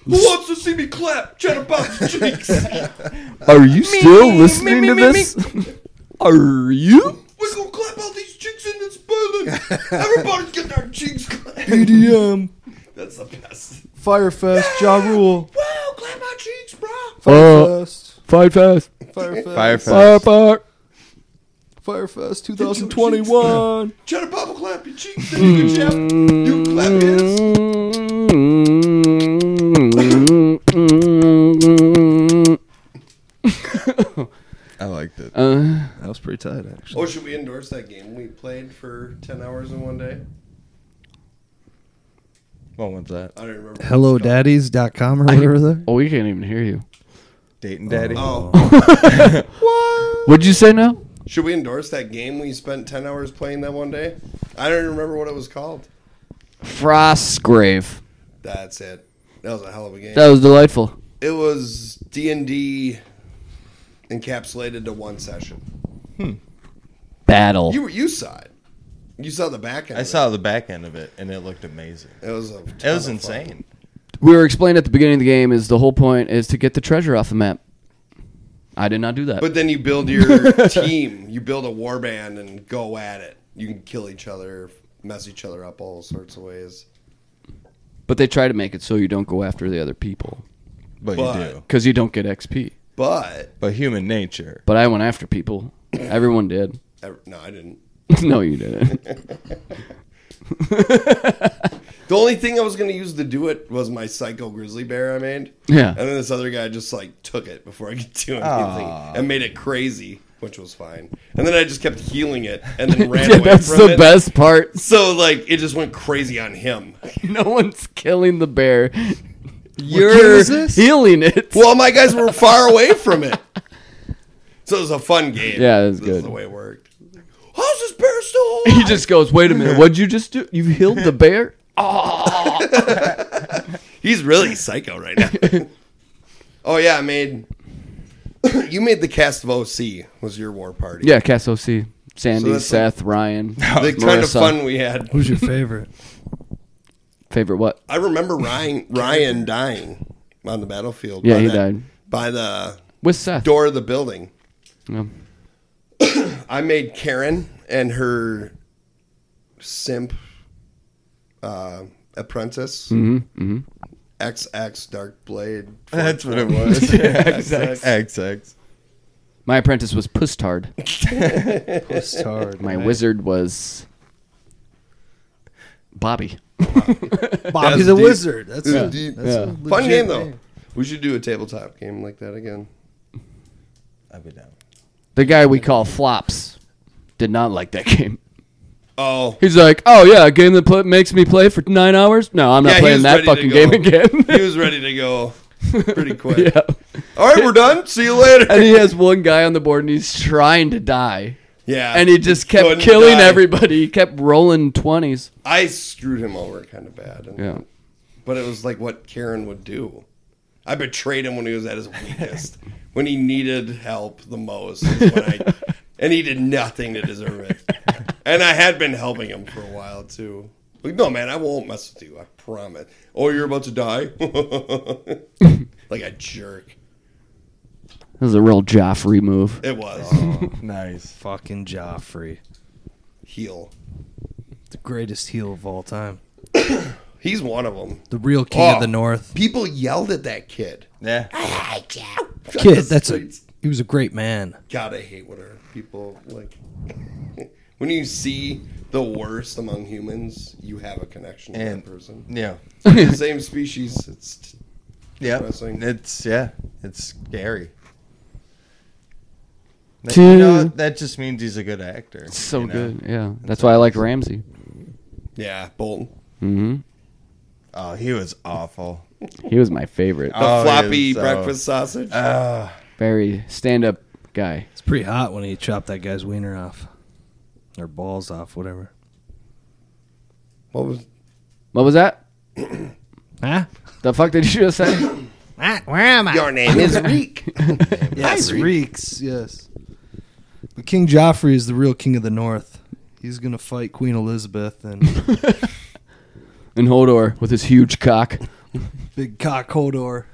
wants to see me clap? Chatterbox cheeks. Are you still listening to this? [LAUGHS] Are you? We're gonna clap all these cheeks in this [LAUGHS] building. Everybody's getting our cheeks clapped. EDM, That's the best. Firefest, Ja Rule, Wow, clap our cheeks, bro. Uh, Firefest, fight fast. Firefest, Firefest. Fire, fire. Firefest 2021. Cheddar Bubble clap your cheeks. Then you can jab. You clap his. I liked it. Uh, That was pretty tight, actually. Oh, should we endorse that game we played for 10 hours in one day? What one's that? I don't remember. HelloDaddies.com or whatever [LAUGHS] there. oh, we can't even hear you. Dayton Daddy. Oh, What'd you say now? [LAUGHS] should we endorse that game we spent 10 hours playing that one day? I don't remember what it was called. Frost's grave. That's it. That was a hell of a game. That was delightful. it was D&D encapsulated to one session. Battle. You you saw it. You saw the back end. I of saw the back end of it, and it looked amazing. It, it was a It ton was of fun. insane. we were explained at the beginning of the game is the whole point is to get the treasure off the map. I did not do that. But then you [LAUGHS] build your team. You build a war band and go at it. You can kill each other, mess each other up all sorts of ways. but they try to make it so you don't go after the other people But, But- you do. because you don't get XP. But But human nature. But I went after [COUGHS] people. Everyone did. [LAUGHS] ev- no, I didn't. no, you didn't. The only thing I was going to use to do it was my psycho grizzly bear I made. Yeah. And then this other guy just like took it before I could do anything Aw. and made it crazy, which was fine. And then I just kept healing it [LAUGHS] and then [LAUGHS] ran Yeah, away that's from the it. best part. [LAUGHS] So like it just went crazy on him. No one's killing the bear. game You're is this? healing it. Well, my guys were far away from it. So it was a fun game. Yeah, it was This good. is the way it worked. How's this [LAUGHS] bear still [LAUGHS] He alive? just goes, "Wait a [LAUGHS] minute, what'd you just do? You healed the bear?" He's really psycho right [LAUGHS] now. oh yeah, I made. you made the cast of OC was your war party. Yeah, Cass OC, Sandy, So that's [LAUGHS] Seth, Ryan, the kind of [LAUGHS] Marissa. fun we had. Who's your favorite? Favorite what? I remember Ryan Ryan dying on the battlefield. Yeah, by he that- died. by the With Seth. door of the building. Yeah. I made Karen and her simp uh, apprentice Mm-hmm, XX Dark Blade. That's what it [LAUGHS] [LAUGHS] was. yeah, XX. XX. My apprentice was Pustard. Pustard. My wizard was Bobby. Bobby the Wizard. That's Yeah. a, Deep. that's a Yeah. legit Fun game though. We should do a tabletop game like that again. I'd be down. The guy we call Flops did not like that [LAUGHS] game. Oh, He's like, oh yeah, a game that pl- makes me play for nine hours? No, I'm not Yeah, he playing was that ready to fucking go. game again. [LAUGHS] he was ready to go pretty quick. [LAUGHS] yeah. All right, we're done. See you later. And he has one guy on the board and he's trying to die. yeah, And he just kept Couldn't killing die. everybody. He kept rolling 20s. I screwed him over kind of bad. And- Yeah. But it was like what Karen would do. I betrayed him when he was at his weakest, [LAUGHS] when he needed help the most, is when I, and he did nothing to deserve it. And I had been helping him for a while too. Like, no, man, I won't mess with you. I promise. Oh, you're about to die, [LAUGHS] like a jerk. That was a real Joffrey move. It was Oh. Nice. fucking Joffrey. heel. The greatest heel of all time. He's one of them. The real king Oh. of the North. People yelled at that kid. Yeah. Kid, that's a he was a great man. God, I hate what are people like. [LAUGHS] when you see the worst among humans, you have a connection to And- that person. [LAUGHS] Yeah. the same species. It's t- Yeah. Depressing. It's yeah. It's scary. That, you know, that just means he's a good actor. So you know? good. Yeah. That's why I like Ramsey. yeah, Bolton. Oh, he was awful. He was my favorite. The Oh, floppy yes, oh. Uh, breakfast sausage. Very stand up guy. It's pretty hot when he chopped that guy's wiener off. Or balls off, whatever. what was? What was that? Huh? The fuck did you just say? Ah, Where am I? Your name is Reek. Yes, Reeks, yes. But King Joffrey is the real king of the North. He's gonna fight Queen Elizabeth [LAUGHS] and and Hodor with his huge cock. Big Cock Hodor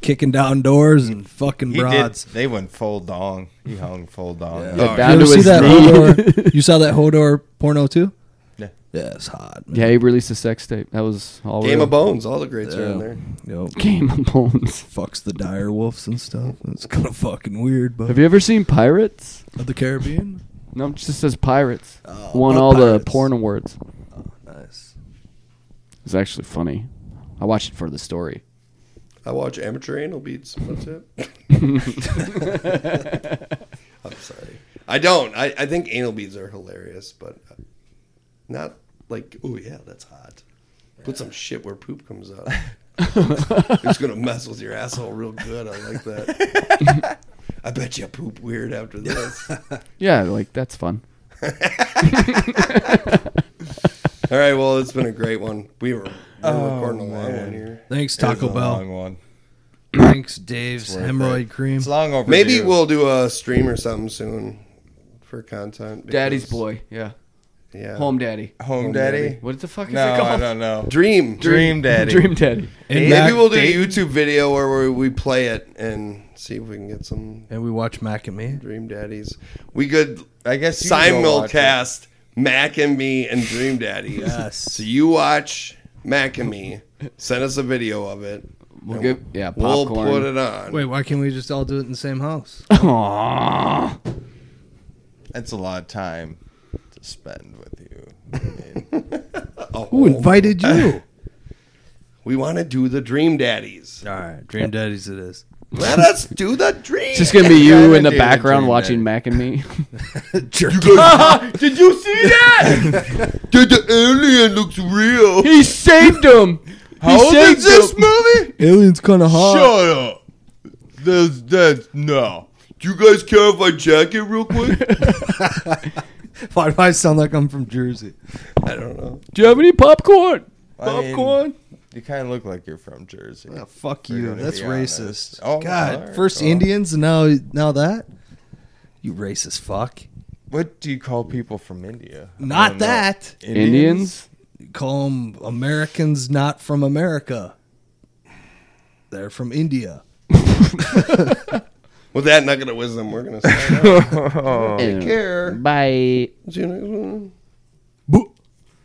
kicking down doors and fucking He did, broads. they went full dong. He hung full dong. Yeah. Yeah. Down You ever to see his that knee. Hodor? You saw that Hodor porno too? Yeah. Yeah, it's hot. man. Yeah, he released a sex tape. That was all [LAUGHS] Game real. of Bones. All the greats are in Yeah. there. Yep. Game of Bones. Fucks the dire wolves and stuff. It's kind of fucking weird, but Have you ever seen Pirates? of the Caribbean. No, it just says Pirates. Oh, Won oh, all Pirates. the porn awards. Nice. It's actually funny. I watched it for the story. I watch amateur anal beats. What's [LAUGHS] it? I'm sorry. I don't. I, I think anal beads are hilarious, but not like, oh yeah, that's hot. Put some shit where poop comes [LAUGHS] out. it's gonna mess with your asshole real good. I like that. [LAUGHS] I bet you poop weird after this. Yeah, like that's fun. All right, well, it's been a great one. We were, we were Oh, recording a long one here. Thanks It was Taco a Bell. Long one. [COUGHS] Thanks Dave's worth hemorrhoid it. cream. It's long overdue. Maybe we'll do a stream or something soon for content. Daddy's because- boy. Yeah. Yeah. Home daddy. home, daddy. What the fuck is Uh, No, it I called? don't know. Dream. Dream daddy. [LAUGHS] Dream daddy. and, Maybe Mac- we'll do a YouTube video where we, we play it and see if we can get some and we watch Mac and me. Dream Daddies. We could I guess you can go watch simulcast Mac and me and Dream Daddies. Yes. So you watch Mac and me, send us a video of it. We'll get yeah, We'll popcorn. [LAUGHS] put it on. Wait, why can't we just all do it in the same house? Aw. it. That's a lot of time to spend with you. I mean, Who invited you? We want to do the Dream Daddies. [LAUGHS] all right, Dream Daddies it is. Let us do the Dream. It's just gonna be you Yeah, in the dude, background dream watching daddy. Mac and me. Did you see that? [LAUGHS] Dude, the alien looks [LAUGHS] real. he saved him. How old Oh, is this movie? Alien's kind of hot. Shut up. There's that. No. Do you guys care if I jack it real quick? [LAUGHS] Why do I sound like I'm from Jersey? I don't know. Do you have any popcorn? I mean, Popcorn. You kind of look like you're from Jersey. Oh, fuck We're you. gonna That's be racist. honest. Oh, God, alright, first well. Indians and now now that. You racist fuck. What do you call people from India? I Not don't know. that. Indians? call them Americans not from America. They're from India. With [LAUGHS] that nugget of wisdom, we're going to sign off. Take care. Bye. See you next one.